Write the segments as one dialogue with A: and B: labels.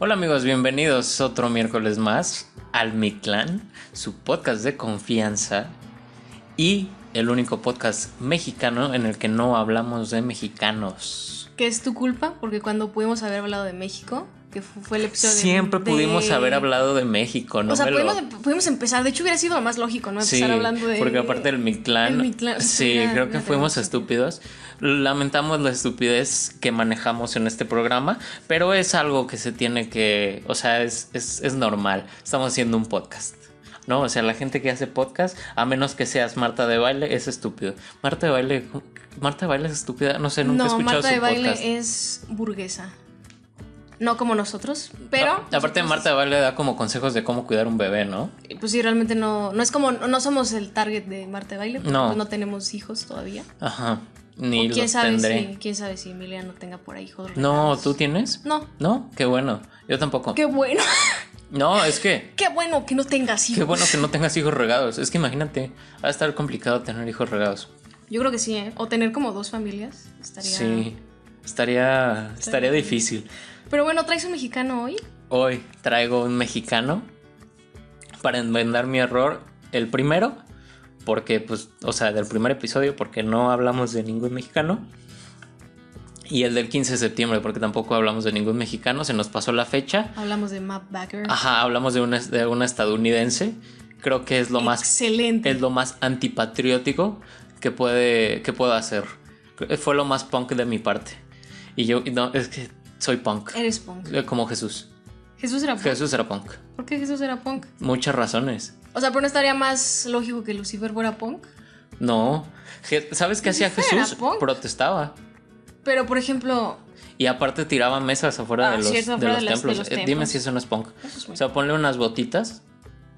A: Hola amigos, bienvenidos otro miércoles más al Mi Clan, su podcast de confianza y el único podcast mexicano en el que no hablamos de mexicanos.
B: Que es tu culpa, porque cuando pudimos haber hablado de México, que fu- fue el episodio. de-
A: Siempre
B: de-
A: pudimos haber hablado de México, no
B: o sea,
A: me lo-
B: pudimos, em-, pudimos empezar. De hecho, hubiera sido lo más lógico, ¿no? Empezar
A: Sí,
B: hablando de.
A: porque aparte el
B: el
A: Mictlán,
B: Mictlán,
A: sí,
B: estuviera-
A: creo que
B: estuviera
A: fuimos
B: hermoso.
A: estúpidos. Lamentamos la estupidez que manejamos en este programa, pero es algo que se tiene que, o sea, es, es, es normal. Estamos haciendo un podcast, ¿no? O sea, la gente que hace podcast, a menos que seas Marta de Baile, es estúpido. Marta de Baile, Marta de Baile es estúpida, no sé, nunca he
B: No,
A: escuchado
B: Marta
A: su
B: de Baile eh,
A: podcast.
B: es burguesa. No como nosotros, pero.
A: A- Aparte, Marta de Baile da como consejos de cómo cuidar un bebé, ¿no?
B: Pues sí, realmente no. No es como. No somos el target de Marta de Baile. porque
A: No.
B: pues no tenemos hijos todavía.
A: Ajá, ni
B: O
A: los
B: quién sabe
A: tendré.
B: si. Quién sabe si Emilia no tenga por ahí hijos.
A: No,
B: reales.
A: ¿tú tienes?
B: No.
A: No, qué bueno. Yo tampoco.
B: Qué bueno.
A: No, es que
B: Qué bueno que no tengas hijos.
A: qué bueno que no tengas hijos regados. Es que imagínate, va a estar complicado tener hijos regados.
B: Yo creo que sí, ¿eh? O tener como dos familias. Estaría.
A: Sí, estaría estaría difícil.
B: Pero bueno, ¿traes un mexicano hoy?
A: Hoy traigo un mexicano para enmendar mi error, el primero, porque pues, o sea, del primer episodio porque no hablamos de ningún mexicano. Y el del 15 de septiembre, porque tampoco hablamos de ningún mexicano, se nos pasó la fecha.
B: Hablamos de Matt Bagger.
A: Ajá, hablamos de una, de una estadounidense. Creo que es lo más
B: Excelente.
A: es lo más antipatriótico que puede que puedo hacer. Fue lo más punk de mi parte. Y yo y no, es que soy punk, Eh,
B: Eres punk.
A: como Jesús.
B: Jesús era punk.
A: Jesús era punk.
B: ¿Por qué Jesús era punk?
A: Muchas razones.
B: O sea, pero no estaría más lógico que Lucifer fuera punk.
A: No, Je- ¿sabes qué hacía
B: Lucifer era
A: Jesús?
B: punk.
A: Protestaba.
B: Pero por ejemplo,
A: Y aparte tiraba mesas afuera
B: Ah,
A: de los,
B: cierto,
A: de
B: afuera
A: los
B: de las- de
A: templos.
B: los
A: Eh, Dime
B: templos.
A: si eso no es punk.
B: eso es muy-
A: O sea, ponle unas botitas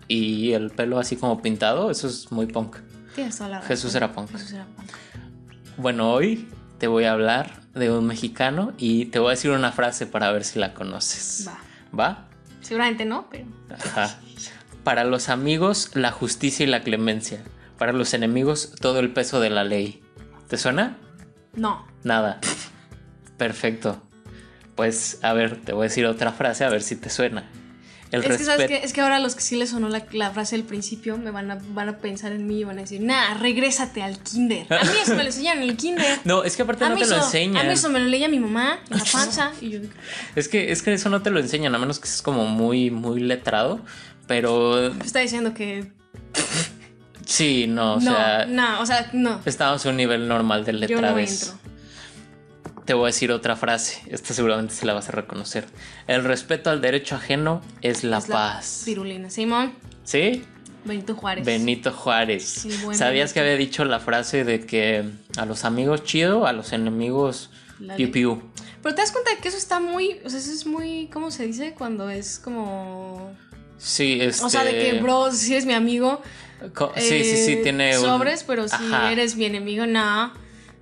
A: y el pelo así como pintado, eso es muy punk.
B: Tienes toda la razón.
A: Jesús era punk.
B: Jesús era punk.
A: Bueno, hoy te voy a hablar de un mexicano y te voy a decir una frase para ver si la conoces.
B: Va.
A: ¿Va?
B: Seguramente no, pero.
A: Ajá. Para los amigos, la justicia y la clemencia. Para los enemigos, todo el peso de la ley. ¿Te suena?
B: No.
A: Nada. Perfecto. Pues, a ver, te voy a decir otra frase a ver si te suena. El
B: es que sabes
A: respeto.
B: que es que ahora los que sí les sonó la, la frase del principio me van a, van a pensar en mí y van a decir, nah, regrésate al kinder. A mí eso me lo enseñaron en el kinder.
A: No, es que aparte
B: a
A: no
B: mí
A: te lo
B: eso- A
A: enseñan.
B: mí eso me lo leía mi mamá en la panza. y yo,
A: Es que, es que eso no te lo enseñan, a menos que seas como muy, muy letrado. Pero
B: está diciendo que
A: sí, no, o
B: no,
A: sea.
B: no, o sea, no.
A: Estamos a un nivel normal de
B: Yo no
A: letradez.
B: entro.
A: Te voy a decir otra frase. Esta seguramente se la vas a reconocer. El respeto al derecho ajeno es la
B: Es la
A: paz.
B: Pirulina. Simón,
A: ¿Sí?
B: Benito Juárez.
A: Benito Juárez.
B: El buen
A: ¿Sabías que había dicho la frase de que a los amigos chido, a los enemigos
B: La
A: piu
B: de-
A: piu?
B: Pero te das cuenta que eso está muy, o sea, eso es muy, ¿cómo se dice? Cuando es como...
A: Sí, este...
B: O sea, de que, bro, si eres mi amigo,
A: co- sí, sí, sí,
B: eh,
A: tiene un-
B: sobres, pero si
A: Ajá.
B: eres mi enemigo, no.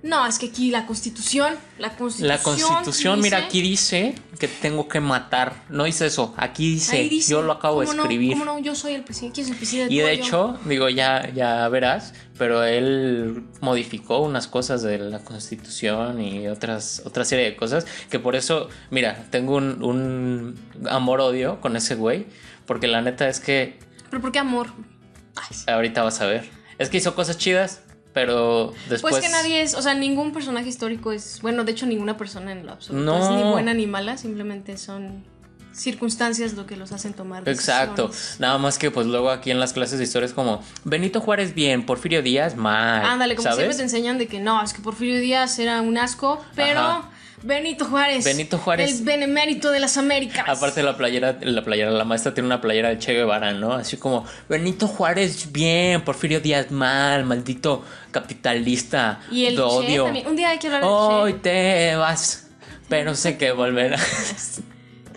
B: No, es que aquí la constitución, la constitución...
A: La constitución, mira,
B: dice-
A: aquí dice que tengo que matar. No hice eso. Aquí dice,
B: ahí dice,
A: yo lo acabo de
B: ¿cómo no?
A: escribir.
B: ¿Cómo no? Yo soy el presidente, ¿quién es el presidente?
A: Y
B: Tú
A: de
B: o yo.
A: hecho, digo, ya, ya verás, pero él modificó unas cosas de la constitución y otras, otra serie de cosas, que por eso, mira, tengo un, un amor-odio con ese güey, porque la neta es que
B: Pero ¿por qué amor?
A: Pues,
B: Ay, sí.
A: ahorita vas a ver. Es que hizo cosas chidas, pero después...
B: Pues que nadie es, o sea, ningún personaje histórico es, bueno, de hecho ninguna persona en lo absoluto
A: No.
B: es ni buena ni mala, simplemente son circunstancias lo que los hacen tomar
A: Exacto,
B: decisiones.
A: nada más que pues luego aquí en las clases de historia es como Benito Juárez bien, Porfirio Díaz mal.
B: Ándale, como siempre
A: ¿sabes?
B: te enseñan de que no, es que Porfirio Díaz era un asco, pero
A: Ajá.
B: Benito Juárez.
A: Benito Juárez.
B: El benemérito de las Américas.
A: Aparte la playera, la playera, la maestra tiene una playera de Che Guevara, ¿no? Así como Benito Juárez bien, Porfirio Díaz mal, maldito capitalista
B: y el
A: de
B: Che
A: odio.
B: también. Un día hay que hablar del
A: Hoy
B: Che.
A: te vas, pero sé que volverás.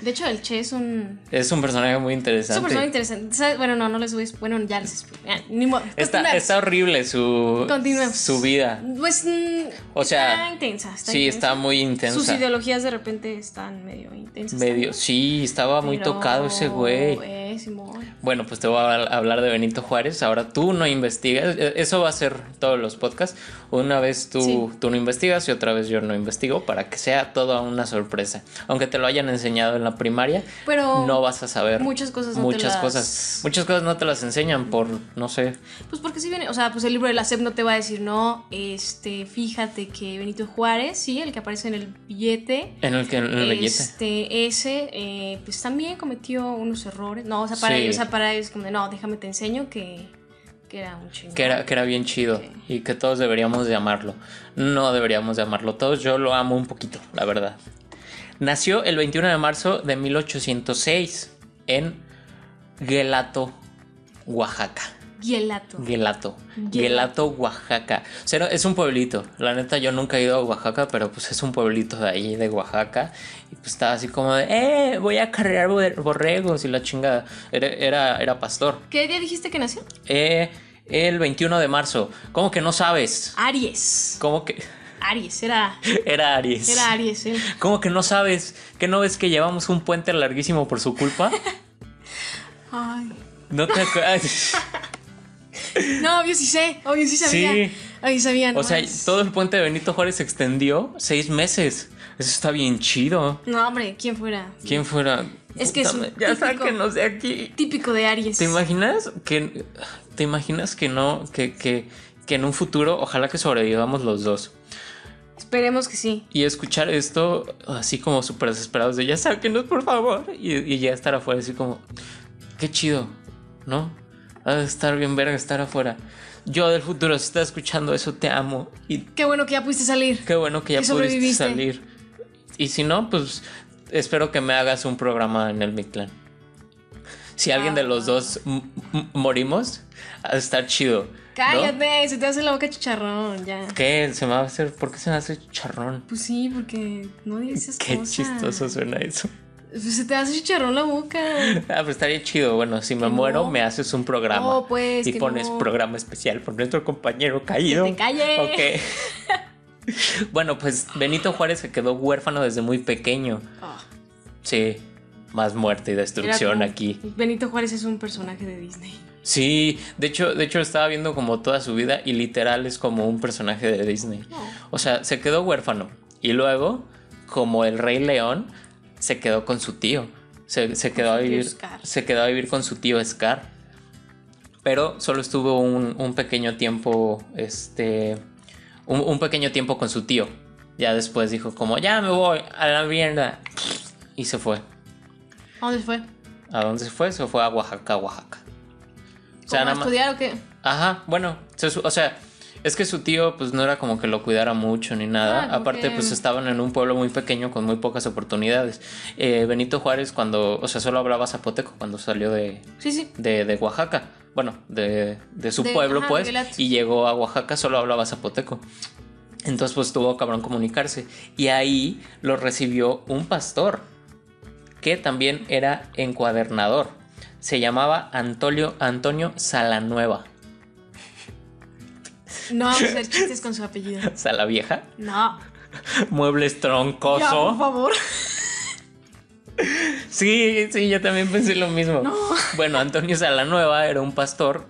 B: De hecho, el Che es un.
A: es un personaje muy
B: Es un
A: interesante.
B: personaje interesante. ¿Sabes? Bueno, no, no les voy a. Bueno, ya les explico. Ya, Ni modo.
A: está,
B: Continuemos.
A: está horrible su,
B: Continuemos.
A: su vida.
B: Pues. mm,
A: O sea,
B: Está intensa. Está
A: Sí,
B: intensa.
A: está muy
B: Sus
A: intensa.
B: ideologías de repente están medio intensas.
A: Medio, sí, estaba muy
B: Pero,
A: tocado ese güey.
B: güey, Eh, Simón.
A: Bueno, pues te voy a hablar de Benito Juárez. Ahora tú no investigas. Eh, Eso va a ser todos los podcasts. Una vez tú,
B: Sí.
A: tú no investigas y otra vez yo no investigo para que sea toda una sorpresa. Aunque te lo hayan enseñado en la primaria,
B: Pero
A: no vas a saber.
B: Oh, muchas cosas no te
A: Muchas
B: las-
A: cosas. Muchas cosas no te las enseñan por, no sé.
B: Pues porque si viene, o sea, pues el libro de la SEP no te va a decir, no, este, fíjate que Benito Juárez, sí, el que aparece en el billete,
A: En el que en el billete.
B: este, ese, eh, pues también cometió unos errores. No, o sea, para
A: Sí.
B: ellos, o sea, para ellos como de, no, déjame te enseño que, que era un chingón.
A: Que era, que era bien chido
B: Ok.
A: y que todos deberíamos de amarlo. No deberíamos de amarlo todos, yo lo amo un poquito, la verdad. Nació el 21 de marzo de 1806 en Guelato, Oaxaca.
B: Gelato.
A: Guelato.
B: Guelato.
A: Guelato, Oaxaca. O sea, no- es un pueblito. La neta, yo nunca he ido a Oaxaca, pero pues es un pueblito de ahí, de Oaxaca. Y pues estaba así como de, eh, voy a carrear bor- borregos y la chingada. Era, era, era pastor.
B: ¿Qué día dijiste que nació?
A: Eh, el 21 de marzo. ¿Cómo que no sabes?
B: Aries.
A: ¿Cómo que
B: Aries, era,
A: era Aries?
B: era Aries, eh. él.
A: ¿Cómo que no sabes? ¿Que no ves que llevamos un puente larguísimo por su culpa?
B: Ay.
A: No te acuerdas.
B: No, obvio sí sé, obvio sí sabía.
A: Sí.
B: Obvio sabía, no
A: O sea,
B: mames.
A: todo el puente de Benito Juárez se extendió seis meses. Eso está bien chido.
B: No, hombre, ¿quién fuera?
A: ¿Quién fuera?
B: Es que es un
A: Puta, ya
B: típico-
A: sáquenos de aquí.
B: Típico de Aries.
A: ¿Te imaginas que te imaginas que no que, que, que en un futuro ojalá que sobrevivamos los dos?
B: Esperemos que sí.
A: Y escuchar esto así como súper desesperados de ya sáquenos por favor. Y, y ya estar afuera así como, qué chido, ¿no? Ha de estar bien verga estar afuera. Yo del futuro, si estás escuchando eso, te amo. Y
B: Qué bueno que ya pudiste salir.
A: qué bueno que ya
B: Que
A: pudiste
B: sobreviviste.
A: salir. Y si no, pues espero que me hagas un programa en el Mictlán. Si alguien de
B: Ah.
A: los dos m- m- morimos, ha de estar chido. ¿no?
B: Cállate, se te hace la boca chicharrón, ya.
A: ¿Qué? ¿Se me va a hacer? ¿Por qué se me hace charrón?
B: Pues sí, porque no digas esas
A: Qué
B: cosas.
A: chistoso suena eso.
B: Pues se te hace chicharrón la boca.
A: Ah, pero estaría chido. Bueno, si me
B: Que
A: muero,
B: no.
A: me haces un programa.
B: No, pues,
A: Y
B: que
A: pones
B: no.
A: programa especial por nuestro compañero caído.
B: Que te calles.
A: Ok. bueno, pues Benito Juárez se quedó huérfano desde muy pequeño.
B: Ah,
A: Sí, más muerte y
B: era
A: destrucción
B: como-
A: aquí.
B: Benito Juárez es un personaje de Disney.
A: Sí, de hecho, de hecho estaba viendo como toda su vida y literal es como un personaje de Disney.
B: No.
A: O sea, se quedó huérfano y luego, como el Rey León, se quedó con su tío. Se, se quedó a
B: su tío
A: vivir,
B: Scar.
A: se quedó a vivir con su tío Scar. Pero solo estuvo un, un pequeño tiempo, este, un, un pequeño tiempo con su tío. Ya después dijo como, ya me voy a la mierda. Y se fue.
B: ¿A dónde fue?
A: ¿A dónde se fue? Se fue a Oaxaca, Oaxaca. O sea,
B: ¿Cómo a
A: nada más-
B: estudiar o qué?
A: Ajá, bueno, se su- o sea, es que su tío pues no era como que lo cuidara mucho ni nada.
B: Ah, como
A: Aparte
B: que-
A: pues estaban en un pueblo muy pequeño con muy pocas oportunidades. Eh, Benito Juárez cuando, o sea, solo hablaba zapoteco cuando salió de,
B: Sí, sí.
A: de, de Oaxaca. Bueno, de, de su
B: De-
A: pueblo
B: ajá, de
A: pues.
B: Guelato.
A: Y llegó a Oaxaca, solo hablaba zapoteco. Entonces pues tuvo cabrón comunicarse. Y ahí lo recibió un pastor que también era encuadernador. Se llamaba Antonio, Antonio Salanueva.
B: No vamos a hacer chistes con su apellido.
A: Sala vieja.
B: No.
A: Muebles
B: Ya, por
A: troncoso.
B: favor.
A: Sí, sí, yo también pensé lo mismo.
B: No.
A: Bueno, Antonio Salanueva era un pastor.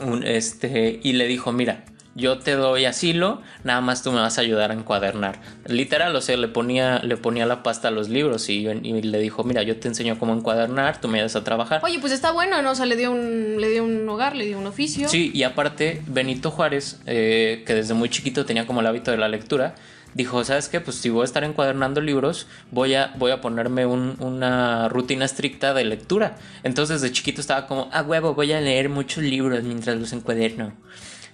A: un, este, y le dijo: Mira, yo te doy asilo, nada más tú me vas a ayudar a encuadernar. Literal, o sea, le ponía, le ponía la pasta a los libros y, y le dijo: Mira, yo te enseño cómo encuadernar, tú me ayudas a trabajar.
B: Oye, pues está bueno, ¿no? O sea, le dio un, le dio un hogar, le dio un oficio.
A: Sí, y aparte, Benito Juárez, eh, que desde muy chiquito tenía como el hábito de la lectura, dijo, ¿sabes qué? Pues si voy a estar encuadernando libros, voy a, voy a ponerme un- una rutina estricta de lectura. Entonces, de chiquito estaba como, ah, huevo, voy a leer muchos libros mientras los encuaderno.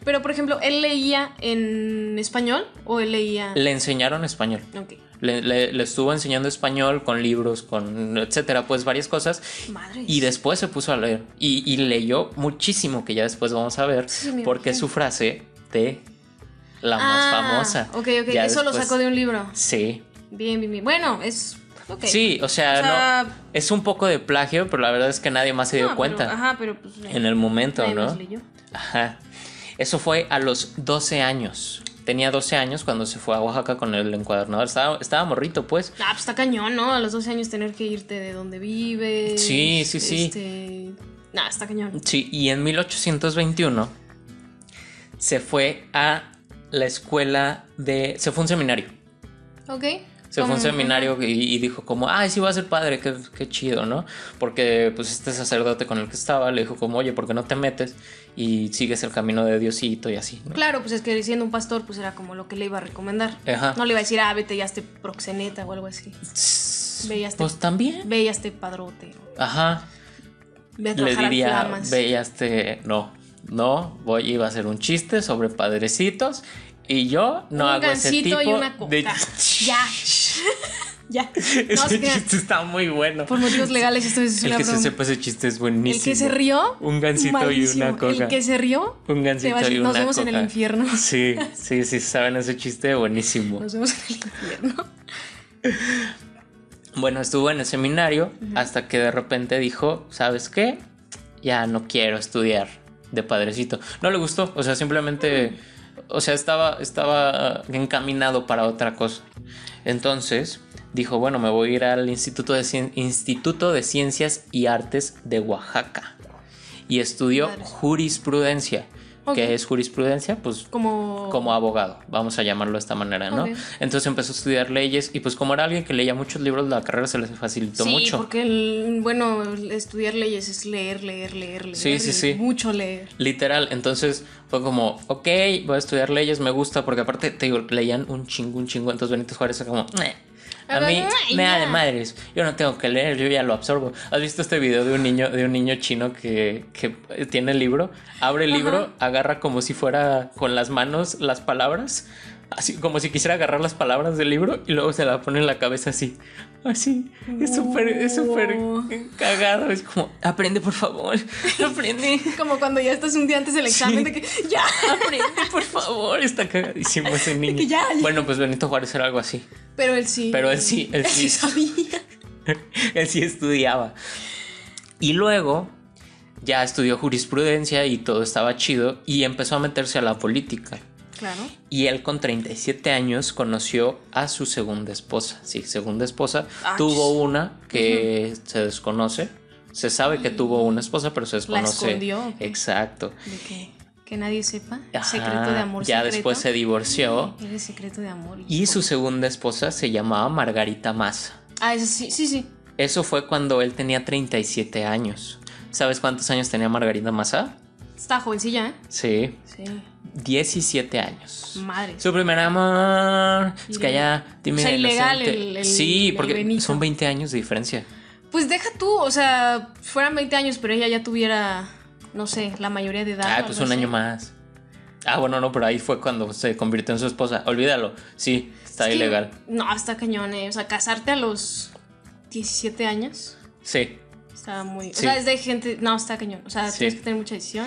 B: Pero, por ejemplo, ¿él leía en español o él leía...?
A: Le enseñaron español.
B: Ok.
A: Le, le- le estuvo enseñando español con libros, con etcétera, pues varias cosas.
B: Madre.
A: Y después se puso a leer. Y, y leyó muchísimo, que ya después vamos a ver,
B: Sí, me
A: porque es su
B: imagino.
A: frase de la
B: Ah,
A: más famosa.
B: Ok, ok.
A: Ya
B: Eso lo
A: después-
B: sacó de un libro.
A: Sí.
B: Bien, bien, bien. Bueno, es... Ok.
A: Sí, o sea,
B: O sea,
A: no, es un poco de plagio, pero la verdad es que nadie más se
B: No,
A: dio
B: pero-
A: cuenta
B: ajá, pero pues...
A: en el momento,
B: nadie más
A: ¿no?
B: leyó.
A: Ajá. Eso fue a los 12 años. Tenía 12 años cuando se fue a Oaxaca con el encuadernador. Estaba, estaba morrito, pues.
B: Ah, pues está cañón, ¿no? A los 12 años tener que irte de donde vives.
A: Sí, sí, sí.
B: Este... Nah, está cañón.
A: Sí, y en 1821 se fue a la escuela de... Se fue a un seminario.
B: Ok.
A: Se fue a un
B: Como-
A: seminario y, y dijo como, ay, sí va a ser padre, qué, qué chido, ¿no? Porque pues este sacerdote con el que estaba le dijo como, oye, ¿por qué no te metes y sigues el camino de Diosito y así? ¿no?
B: Claro, pues es que siendo un pastor, pues era como lo que le iba a recomendar.
A: Ajá.
B: No le iba a decir, ah, vete ya este proxeneta o algo así. Ve, ya está.
A: Pues también.
B: Ve ya este padrote. o
A: Ajá.
B: Ve a
A: Le
B: trabajar a
A: diría,
B: flamas.
A: vellaste, no, no, voy, iba a hacer un chiste sobre padrecitos y yo no
B: un
A: hago ese
B: gansito
A: tipo
B: y una coca.
A: de...
B: Ya. ya. No,
A: Ese
B: se crean.
A: chiste está muy bueno.
B: Por motivos legales esto es
A: El
B: una
A: que se
B: broma.
A: sepa ese chiste es buenísimo.
B: El que se rió.
A: Un gansito y
B: malísimo.
A: una coca.
B: El que se rió.
A: Un
B: te
A: gansito
B: va a decir,
A: y una
B: nos vemos en
A: coca".
B: el infierno.
A: Sí, sí, sí, saben ese chiste, buenísimo.
B: Nos vemos en el infierno.
A: Bueno, estuvo en el seminario hasta que de repente dijo, ¿sabes qué? Ya no quiero estudiar de padrecito. No le gustó, o sea, simplemente, o sea, estaba, estaba eh, encaminado para otra cosa. Entonces dijo, bueno, me voy a ir al Instituto de, Cien- Instituto de Ciencias y Artes de Oaxaca. Y estudió
B: Madres.
A: jurisprudencia.
B: Ok.
A: ¿Qué es jurisprudencia? Pues
B: Como.
A: como abogado, vamos a llamarlo de esta manera, ¿no?
B: Ok.
A: Entonces empezó a estudiar leyes y pues como era alguien que leía muchos libros, la carrera se les facilitó
B: Sí,
A: mucho.
B: porque el- bueno, estudiar leyes es leer, leer, leer, leer.
A: Sí, sí,
B: y
A: sí.
B: Mucho leer.
A: Literal, entonces fue como, ok, voy a estudiar leyes, me gusta, porque aparte, te digo, leían un chingo, un chingo, entonces Benito Juárez era como, "Meh".
B: A
A: a
B: ver,
A: mí
B: "Meh",
A: me da
B: ya.
A: de madres, yo no tengo que leer, yo ya lo absorbo. ¿Has visto este video de un niño, de un niño chino que, que tiene el libro, abre el libro, agarra como si fuera con las manos las palabras, así como si quisiera agarrar las palabras del libro y luego se la pone en la cabeza así, así, es súper, es súper
B: Wow.
A: cagado, es como, aprende por favor, aprende.
B: Como cuando ya estás un día antes del examen de que ya.
A: Aprende, por favor, está cagadísimo ese niño.
B: que ya, ya.
A: Bueno, pues Benito Juárez era algo así.
B: Pero él sí.
A: Pero él sí, él sí.
B: sabía.
A: Él sí estudiaba. Y luego ya estudió jurisprudencia y todo estaba chido y empezó a meterse a la política.
B: Claro.
A: Y él con 37 años conoció a su segunda esposa. Sí, segunda esposa.
B: Ah,
A: tuvo una que se desconoce. Se sabe que tuvo una esposa, pero se desconoce.
B: Mm. escondió, ¿o qué?
A: Exacto.
B: De que, que nadie sepa.
A: Ajá,
B: secreto de amor.
A: Ya
B: secreto.
A: después se divorció.
B: Era el secreto de amor.
A: Y su segunda esposa se llamaba Margarita Massa.
B: Ah, eso sí, sí, sí.
A: Eso fue cuando él tenía 37 años. ¿Sabes cuántos años tenía Margarita Massa?
B: Está jovencilla, ¿eh?
A: Sí,
B: Sí.
A: 17 años.
B: Madre.
A: Su primer amor. Es que allá, tímida
B: O sea, ilegal
A: inocente.
B: el- el-
A: Sí,
B: el
A: porque
B: Benito.
A: son 20 años de diferencia.
B: Pues deja tú, o sea, fueran 20 años, pero ella ya tuviera, no sé, la mayoría de edad.
A: Ah,
B: o
A: pues
B: algo
A: un
B: así.
A: año más. Ah, bueno, no, pero ahí fue cuando se convirtió en su esposa. Olvídalo. Sí, está
B: Es que-
A: ilegal.
B: No, está cañón, eh. O sea, casarte a los 17 años.
A: Sí.
B: Está muy. O
A: Sí.
B: sea, es de gente. No, está cañón. O sea,
A: Sí.
B: tienes que tener mucha decisión.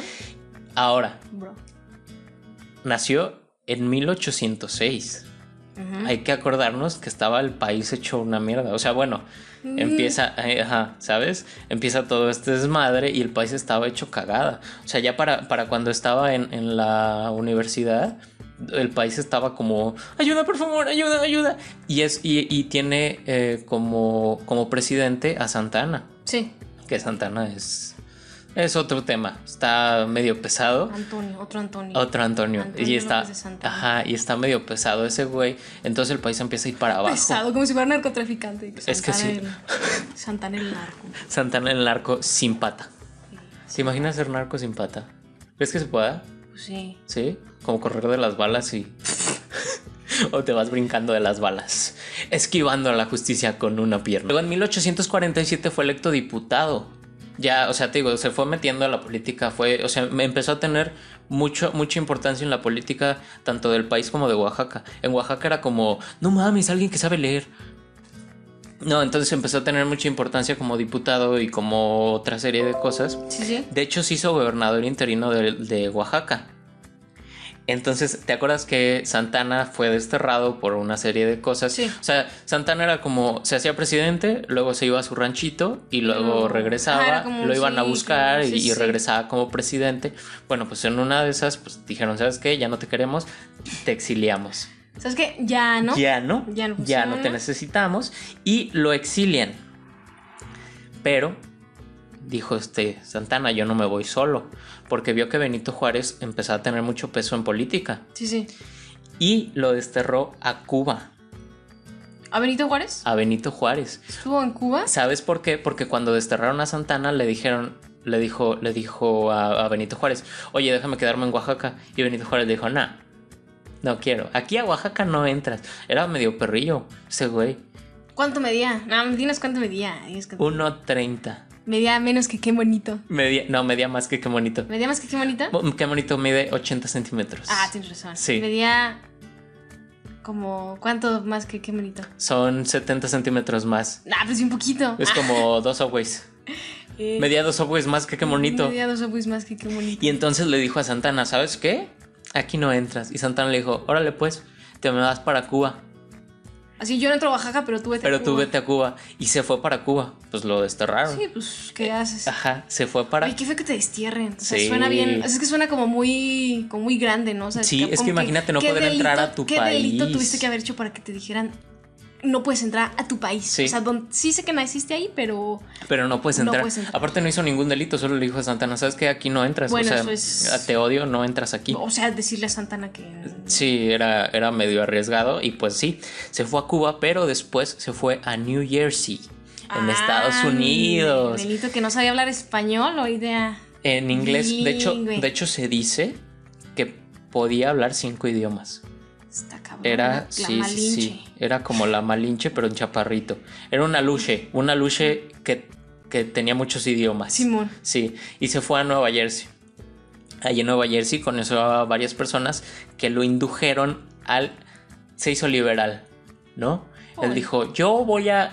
A: Ahora,
B: Bro.
A: nació en 1806.
B: Ujú.
A: Hay que acordarnos que estaba el país hecho una mierda. O sea, bueno,
B: Mm.
A: empieza, eh, ajá, ¿sabes? Empieza todo este desmadre y el país estaba hecho cagada. O sea, ya para, para cuando estaba en, en la universidad, el país estaba como, ayuda, por favor, ayuda, ayuda. Y, es, y, y tiene eh, como, como presidente a Santana,
B: Sí,
A: que Santana es, es otro tema. Está medio pesado.
B: Antonio, otro Antonio.
A: Otro Antonio.
B: Antonio
A: y está.
B: López de Santa Ana.
A: Ajá, y está medio pesado ese güey. Entonces el país empieza a ir para abajo.
B: Pesado, como si fuera narcotraficante.
A: Es que sí.
B: Santana el- Santana el narco.
A: Santana el narco sin pata. ¿Se imagina ser narco sin pata? ¿Crees que se pueda?
B: Pues sí.
A: ¿Sí? Como correr de las balas y. o te vas brincando de las balas, esquivando a la justicia con una pierna. Luego en 1847 fue electo diputado. Ya, o sea, te digo, se fue metiendo a la política, fue, o sea, me empezó a tener mucho, mucha importancia en la política, tanto del país como de Oaxaca. En Oaxaca era como, no mames, alguien que sabe leer. No, entonces empezó a tener mucha importancia como diputado y como otra serie de cosas.
B: Sí, sí.
A: De hecho, se hizo gobernador interino de, de Oaxaca. Entonces, ¿te acuerdas que Santana fue desterrado por una serie de cosas?
B: Sí.
A: O sea, Santana era como, se hacía presidente, luego se iba a su ranchito y luego
B: Luego- Ajá,
A: regresaba,
B: era como un
A: lo iban a
B: ciclo,
A: buscar
B: sí,
A: y, y
B: sí.
A: regresaba como presidente. Bueno, pues en una de esas, pues dijeron, ¿sabes qué? Ya no te queremos, te exiliamos.
B: ¿Sabes qué? Ya, ¿no?
A: Ya no,
B: Ya no
A: ya no te
B: funciona.
A: necesitamos y lo exilian. Pero dijo este Santana, yo no me voy solo, porque vio que Benito Juárez empezaba a tener mucho peso en política
B: Sí, sí.
A: y lo desterró a Cuba,
B: ¿A Benito Juárez?
A: a Benito Juárez.
B: ¿Estuvo en Cuba?
A: ¿Sabes por qué? Porque cuando desterraron a Santana le dijeron, le dijo, le dijo a, a Benito Juárez, oye, déjame quedarme en Oaxaca. Y Benito Juárez le dijo, nah, no quiero. Aquí a Oaxaca no entras. Era medio perrillo ese güey.
B: ¿Cuánto medía? No, dinos cuánto medía. dinos cuánto-
A: 1.30.
B: Medía menos que qué bonito.
A: Media, no, media más que qué bonito.
B: ¿Medía más que qué bonito?
A: Bo- Qué bonito mide 80 centímetros.
B: Ah, tienes razón.
A: Sí.
B: Medía como cuánto más que qué bonito.
A: Son 70 centímetros más.
B: Ah, pues sí, un poquito.
A: Es
B: Ah.
A: como dos subways.
B: Eh,
A: Medía dos subways más que qué bonito.
B: Medía dos obus más que qué bonito.
A: Y entonces le dijo a Santana, ¿sabes qué? Aquí no entras. Y Santana le dijo, órale pues, te me vas para Cuba.
B: Así yo no entro a Oaxaca, pero tú vete. a
A: Pero tú
B: Cuba.
A: vete a Cuba. Y se fue para Cuba. Pues lo desterraron.
B: Sí, pues,
A: Eh,
B: ¿qué haces?
A: Ajá, se fue para...
B: Ay, qué feo que te destierren. O sea,
A: Sí.
B: suena bien. o sea, es que suena como muy, como muy grande, ¿no? O sea,
A: Sí, es
B: como
A: que imagínate no
B: ¿qué
A: poder entrar a tu
B: ¿qué delito
A: país?
B: tuviste que haber hecho para que te dijeran no puedes entrar a tu país?
A: Sí.
B: O sea, don- sí sé que naciste ahí, pero
A: Pero no puedes
B: No
A: entrar.
B: puedes entrar.
A: Aparte no hizo ningún delito, solo le dijo a Santana, ¿sabes qué? Aquí no entras.
B: Bueno,
A: o sea,
B: eso es-
A: te odio, no entras aquí.
B: o sea, decirle a Santana que
A: Sí, era, era medio arriesgado y pues sí, se fue a Cuba, pero después se fue a New Jersey, en
B: Ah,
A: Estados Unidos.
B: Benito que no sabía hablar español o idea.
A: En inglés, de hecho,
B: Bilingüe.
A: de hecho se dice que podía hablar cinco idiomas.
B: Está cabrón.
A: Era,
B: Ah, la
A: sí, sí,
B: Malinche.
A: sí, era como la malinche, pero en chaparrito. Era una luche, una luche que, que tenía muchos idiomas.
B: Simón.
A: Sí, y se fue a Nueva Jersey. Allí en Nueva Jersey conoció a varias personas que lo indujeron al... Se hizo liberal, ¿no? Él
B: Uy.
A: dijo, yo voy a...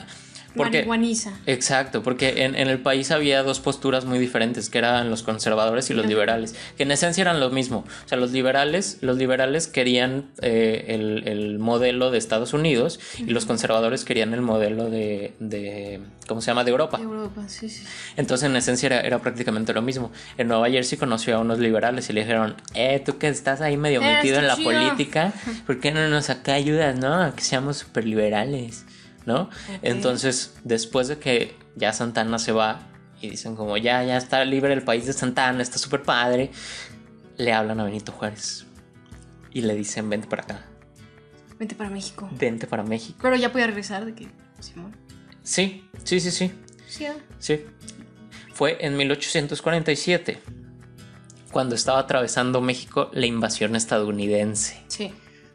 A: Porque,
B: Marihuaniza.
A: Exacto, porque en, en el país había dos posturas muy diferentes, que eran los conservadores y los
B: Ujú.
A: liberales, que en esencia eran lo mismo. O sea, los liberales, los liberales querían eh, el, el modelo de Estados Unidos y los conservadores querían el modelo de, de- ¿cómo se llama? De Europa.
B: Europa, sí, sí.
A: Entonces, en esencia era, era prácticamente lo mismo. En Nueva Jersey conoció a unos liberales y le dijeron, eh, tú que estás ahí medio
B: Eh,
A: metido
B: está
A: en la
B: chido.
A: política, ¿por qué no nos acá ayudas, no? A Que seamos súper liberales, ¿no? Entonces, después de que ya Santana se va y dicen como, ya, ya está libre el país de Santana, está súper padre, le hablan a Benito Juárez y le dicen, vente para acá,
B: Vente para México.
A: vente para México.
B: Pero ya podía regresar de que Simón.
A: Sí, sí, sí, sí.
B: Sí, ah.
A: Sí. Fue en 1847, cuando estaba atravesando México la invasión estadounidense.
B: sí.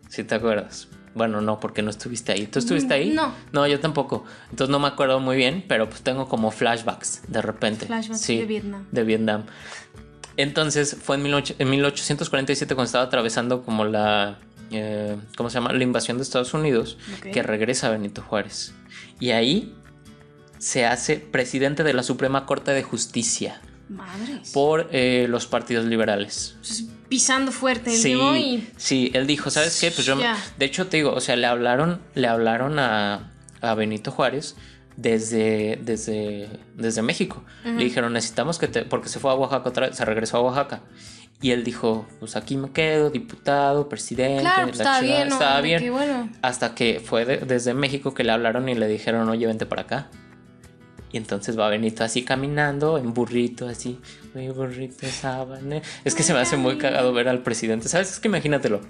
A: Si te acuerdas? Bueno, no, porque no estuviste ahí. ¿Tú estuviste ahí?
B: Mm, No.
A: No, yo tampoco. Entonces no me acuerdo muy bien, pero pues tengo como flashbacks de repente.
B: Flashbacks
A: Sí,
B: de Vietnam.
A: De Vietnam. Entonces fue en, 18- en 1847 cuando estaba atravesando como la... eh, ¿Cómo se llama? La invasión de Estados Unidos
B: Ok.
A: que regresa Benito Juárez. Y ahí se hace presidente de la Suprema Corte de Justicia
B: Madres.
A: por eh, los partidos liberales.
B: Pues, pisando fuerte el
A: Sí,
B: nuevo y
A: sí, él dijo, ¿sabes qué? Pues yo, me-
B: Ya.
A: de hecho te digo, o sea, le hablaron, le hablaron a, a Benito Juárez desde, desde, desde México. Le dijeron, necesitamos que te, porque se fue a Oaxaca otra vez, se regresó a Oaxaca. Y él dijo, pues aquí me quedo, diputado, presidente,
B: claro, pues,
A: la
B: estaba
A: chingada".
B: bien, ¿no?
A: Estaba
B: De
A: bien.
B: que, bueno.
A: Hasta que fue de- desde México que le hablaron y le dijeron, oye, vente para acá. Y entonces va Benito así caminando, en burrito, así, mi burrito sábana. Es que se me hace muy cagado ver al presidente. ¿Sabes? Es que imagínatelo.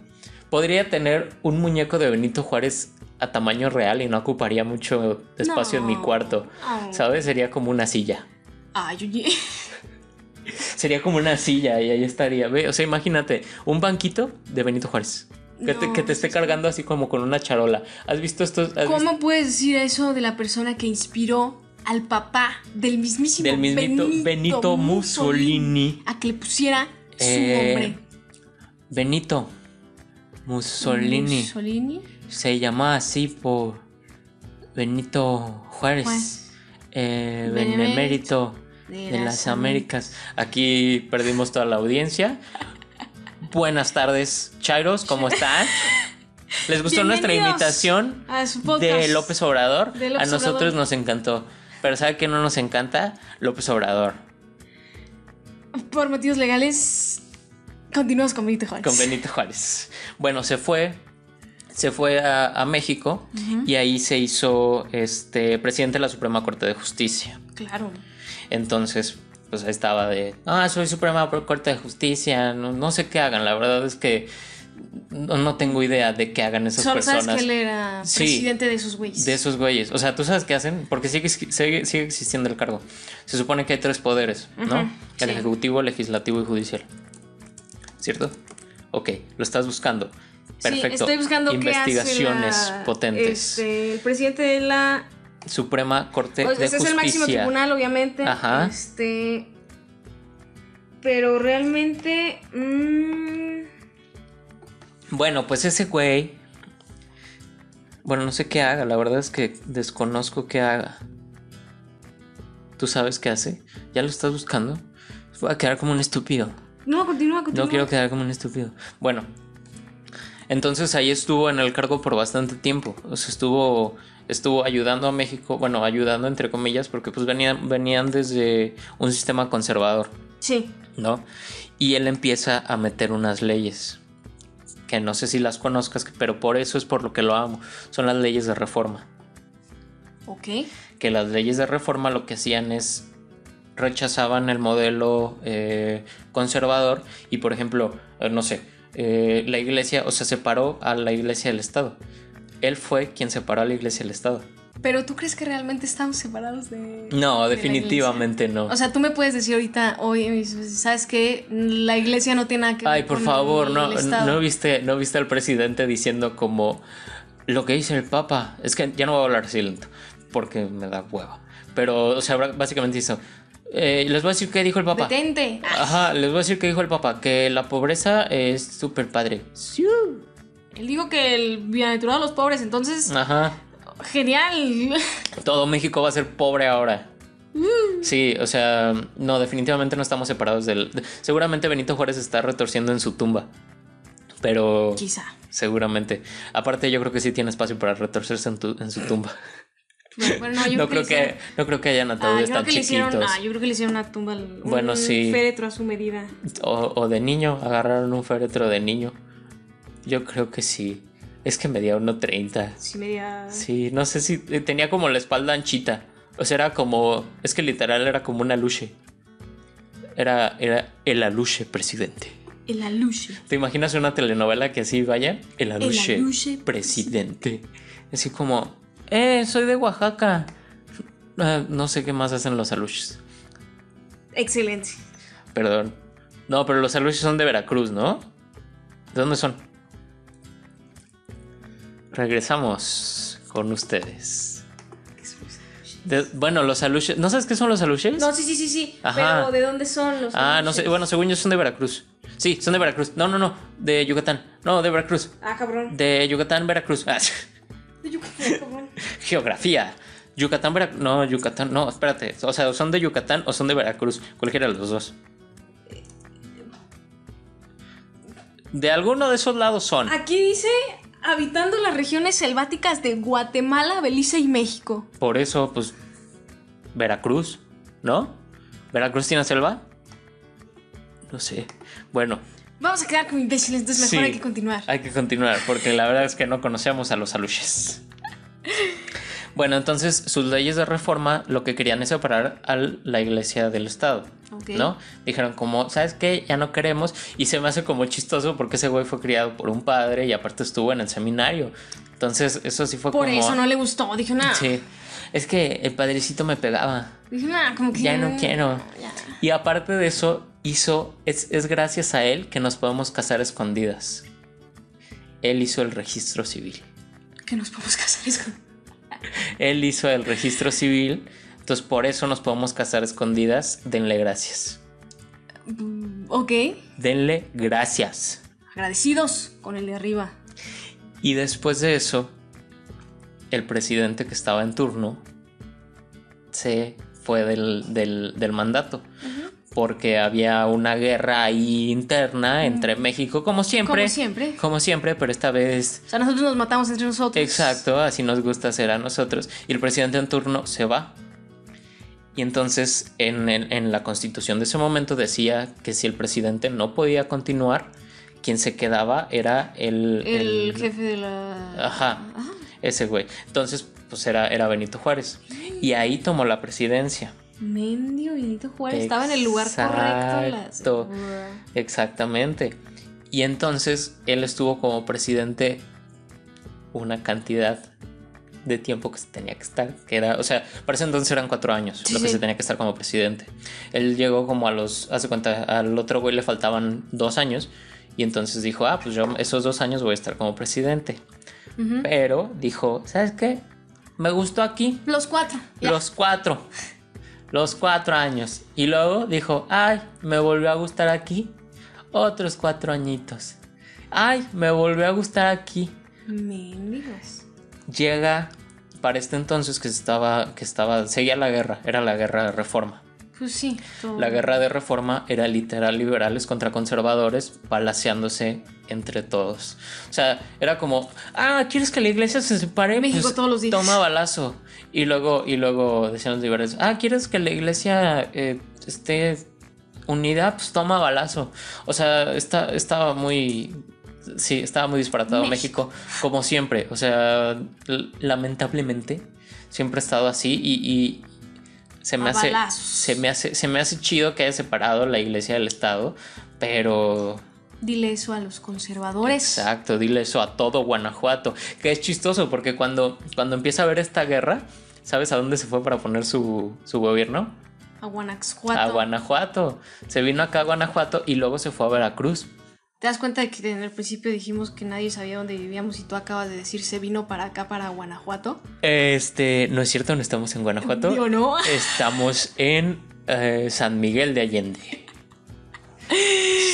A: Podría tener un muñeco de Benito Juárez a tamaño real y no ocuparía mucho espacio en mi
B: No.
A: cuarto.
B: Oh.
A: ¿Sabes? Sería como una silla.
B: Ay, oye.
A: Sería como una silla y ahí estaría. Ve, O sea, imagínate, un banquito de Benito Juárez. Que, te,
B: No,
A: que te esté cargando así como con una charola. ¿Has visto estos? has visto-
B: ¿Cómo puedes decir eso de la persona que inspiró al papá del mismísimo
A: del mismito Benito, Mussolini.
B: a que le pusiera
A: Eh,
B: su nombre?
A: Benito Mussolini.
B: Mussolini.
A: Se llamaba así por Benito Juárez,
B: Juárez.
A: eh,
B: Benemérito
A: benemérito de las Américas. Aquí perdimos toda la audiencia. Buenas tardes, Chairos, ¿cómo están? ¿Les gustó nuestra
B: Bienvenidos
A: imitación
B: a su Ah, podcast.
A: de López Obrador?
B: De López
A: a nosotros
B: Obrador.
A: nos encantó. Pero ¿sabe qué no nos encanta? López Obrador.
B: Por motivos legales, continuamos con Benito Juárez.
A: Con Benito Juárez. Bueno, se fue. Se fue a, a México y ahí se hizo este presidente de la Suprema Corte de Justicia.
B: Claro.
A: Entonces, pues ahí estaba de, ah, soy Suprema Corte de Justicia, no, no sé qué hagan, la verdad es que no, no tengo idea de qué hagan esas
B: Solo
A: personas.
B: sabes que él era
A: Sí.
B: presidente de esos güeyes.
A: De esos güeyes. O sea, ¿tú sabes qué hacen? Porque sigue, sigue, sigue existiendo el cargo. Se supone que hay tres poderes, ¿no?
B: Ujú,
A: El
B: sí.
A: ejecutivo, legislativo y judicial. ¿Cierto? Ok, lo estás buscando. Perfecto.
B: Sí, estoy buscando qué hace
A: Investigaciones
B: la-
A: potentes.
B: este, el presidente de la.
A: Suprema Corte
B: o sea,
A: de
B: es
A: Justicia.
B: el máximo tribunal, obviamente.
A: Ajá.
B: Este. Pero realmente. mm,
A: Bueno, pues ese güey. Bueno, no sé qué haga. La verdad es que desconozco qué haga. ¿Tú sabes qué hace? ¿Ya lo estás buscando? Voy a quedar como un estúpido.
B: no, continúa, continúa.
A: No quiero quedar como un estúpido. Bueno, entonces ahí estuvo en el cargo por bastante tiempo. O sea, estuvo, estuvo ayudando a México, bueno, ayudando entre comillas, porque pues venían, venían desde un sistema conservador,
B: Sí.
A: ¿no? Y él empieza a meter unas leyes, que no sé si las conozcas, pero por eso es por lo que lo amo. Son las leyes de reforma.
B: Ok.
A: Que las leyes de reforma lo que hacían es rechazaban el modelo eh, conservador y por ejemplo, eh, no sé, eh, la iglesia, o sea, separó a la iglesia del Estado. Él fue quien separó a la iglesia del Estado.
B: Pero tú crees que realmente estamos separados de.
A: No,
B: de la
A: definitivamente no.
B: iglesia? O sea, tú me puedes decir ahorita, hoy, ¿sabes qué? La iglesia no tiene nada que ver
A: Ay, por
B: con
A: favor,
B: el
A: no,
B: Estado.
A: no viste, no viste al presidente diciendo como lo que dice el Papa. Es que ya no voy a hablar silento porque me da hueva. Pero, o sea, básicamente hizo. eh, les voy a decir qué dijo el Papa.
B: Detente. Ah,
A: Ajá, les voy a decir que dijo el papá, que la pobreza es súper padre.
B: Él dijo que el bienaventurado de los pobres, entonces.
A: Ajá,
B: Genial.
A: todo México va a ser pobre ahora. Sí, o sea, no, definitivamente no estamos separados del... de- Seguramente Benito Juárez está retorciendo en su tumba, pero
B: Quizá.
A: seguramente. Aparte yo creo que sí tiene espacio para retorcerse en, tu- en su tumba.
B: Bueno, no, yo
A: No creo
B: creo
A: que,
B: que.
A: no creo que hayan
B: le hicieron- Ah,
A: ataúdes
B: yo creo
A: tan
B: que le hicieron,
A: chiquitos.
B: ah, yo creo que le hicieron una tumba. al-
A: Bueno,
B: un
A: sí.
B: Féretro a su medida.
A: O, o de niño, agarraron un féretro de niño. Yo creo que sí. Es que medía 1.30.
B: Sí, media.
A: Sí, no sé si eh, tenía como la espalda anchita. O sea, era como. Es que literal era como un aluche. Era, era el aluche, presidente.
B: El aluche.
A: ¿Te imaginas una telenovela que así vaya? El aluche,
B: aluche,
A: presidente. Así como. ¡Eh, soy de Oaxaca! Ah, no sé qué más hacen los aluches.
B: Excelente.
A: Perdón. No, pero los aluches son de Veracruz, ¿no? ¿De dónde son? Regresamos con ustedes. De- bueno, los aluches. ¿No sabes qué son los aluches?
B: No, sí, sí, sí, sí.
A: Ajá.
B: Pero ¿de dónde son los
A: ah, no sé.
B: aluches?
A: Bueno, según yo son de Veracruz. Sí, son de Veracruz. No, no, no. De Yucatán. No, de Veracruz.
B: Ah, cabrón.
A: De Yucatán, Veracruz. Ah,
B: Yo creo que, cabrón.
A: geografía. Yucatán, Veracruz. No, Yucatán. No, espérate. O sea, o son de Yucatán o son de Veracruz. Cualquiera de los dos. De alguno de esos lados son.
B: Aquí dice habitando las regiones selváticas de Guatemala, Belice y México.
A: Por eso, pues. Veracruz, ¿no? ¿Veracruz tiene selva? No sé. Bueno,
B: Vamos a quedar como imbéciles, entonces mejor
A: Sí.
B: hay que continuar.
A: Hay que continuar, porque la verdad es que no conocíamos a los aluches. Bueno, entonces sus leyes de reforma lo que querían es separar a la iglesia del Estado.
B: Ok.
A: ¿No? Dijeron como, ¿sabes qué? Ya no queremos. Y se me hace como chistoso porque ese güey fue criado por un padre y aparte estuvo en el seminario. Entonces, eso sí fue
B: Por
A: como.
B: eso no le gustó. Dije nada.
A: Sí. Es que el padrecito me pegaba.
B: Dije nada, como que.
A: Ya no quiero.
B: ya.
A: Y aparte de eso, hizo, es, es gracias a él que nos podemos casar a escondidas. Él hizo el registro civil.
B: Que nos podemos casar. es como-
A: Él hizo el registro civil, entonces por eso nos podemos casar a escondidas. Denle gracias.
B: Mm, Ok.
A: Denle gracias.
B: Agradecidos con el de arriba.
A: Y después de eso, el presidente que estaba en turno se fue del, del- del mandato. porque había una guerra ahí interna entre México, como siempre.
B: Como siempre.
A: Como siempre, pero esta vez...
B: O sea, nosotros nos matamos entre nosotros.
A: Exacto, así nos gusta hacer a nosotros. Y el presidente en turno se va. Y entonces en, en- en la constitución de ese momento decía que si el presidente no podía continuar, quien se quedaba era el...
B: El,
A: el-
B: jefe de la.
A: Ajá. Ese güey. Entonces, pues era, era Benito Juárez. Y ahí tomó la presidencia.
B: Mendio Benito Juárez estaba en el lugar
A: Exacto.
B: correcto. Las...
A: Exactamente. Y entonces él estuvo como presidente una cantidad de tiempo que se tenía que estar, que era, o sea, para ese entonces eran cuatro años
B: Sí,
A: lo que
B: sí.
A: se tenía que estar como presidente. Él llegó como a los, hace cuenta, al otro güey le faltaban dos años y entonces dijo, ah, pues yo esos dos años voy a estar como presidente.
B: Ujú.
A: Pero dijo, ¿sabes qué? Me gustó aquí,
B: Los cuatro. ya.
A: los cuatro. Los cuatro años. Y luego dijo, ay, me volvió a gustar aquí. Otros cuatro añitos. Ay, me volvió a gustar aquí.
B: Mendigos.
A: Llega para este entonces que estaba, que estaba, seguía la guerra, era la guerra de reforma.
B: Pues sí. todo.
A: La guerra de reforma era literal liberales contra conservadores balaceándose entre todos. O sea, era como, ah, ¿quieres que la iglesia se separe? Pues,
B: México todos los días.
A: Toma balazo. Y luego, y luego decían los liberales, ah, ¿quieres que la iglesia eh, esté unida? Pues toma balazo. O sea, está, estaba muy... Sí, estaba muy disparatado México, como siempre. O sea, l- lamentablemente, siempre ha estado así y, y se me
B: A
A: hace
B: balazos.
A: se me hace se me hace chido que haya separado la iglesia del estado pero
B: Dile eso a los conservadores.
A: exacto dile eso a todo Guanajuato que es chistoso porque cuando cuando empieza a haber esta guerra sabes a dónde se fue para poner su, su gobierno
B: A Guanajuato.
A: a Guanajuato se vino acá a Guanajuato y luego se fue a Veracruz
B: ¿Te das cuenta de que en el principio dijimos que nadie sabía dónde vivíamos y tú acabas de decir se vino para acá, para Guanajuato?
A: este no es cierto no estamos en Guanajuato
B: Digo, no.
A: Estamos en eh, San Miguel de Allende.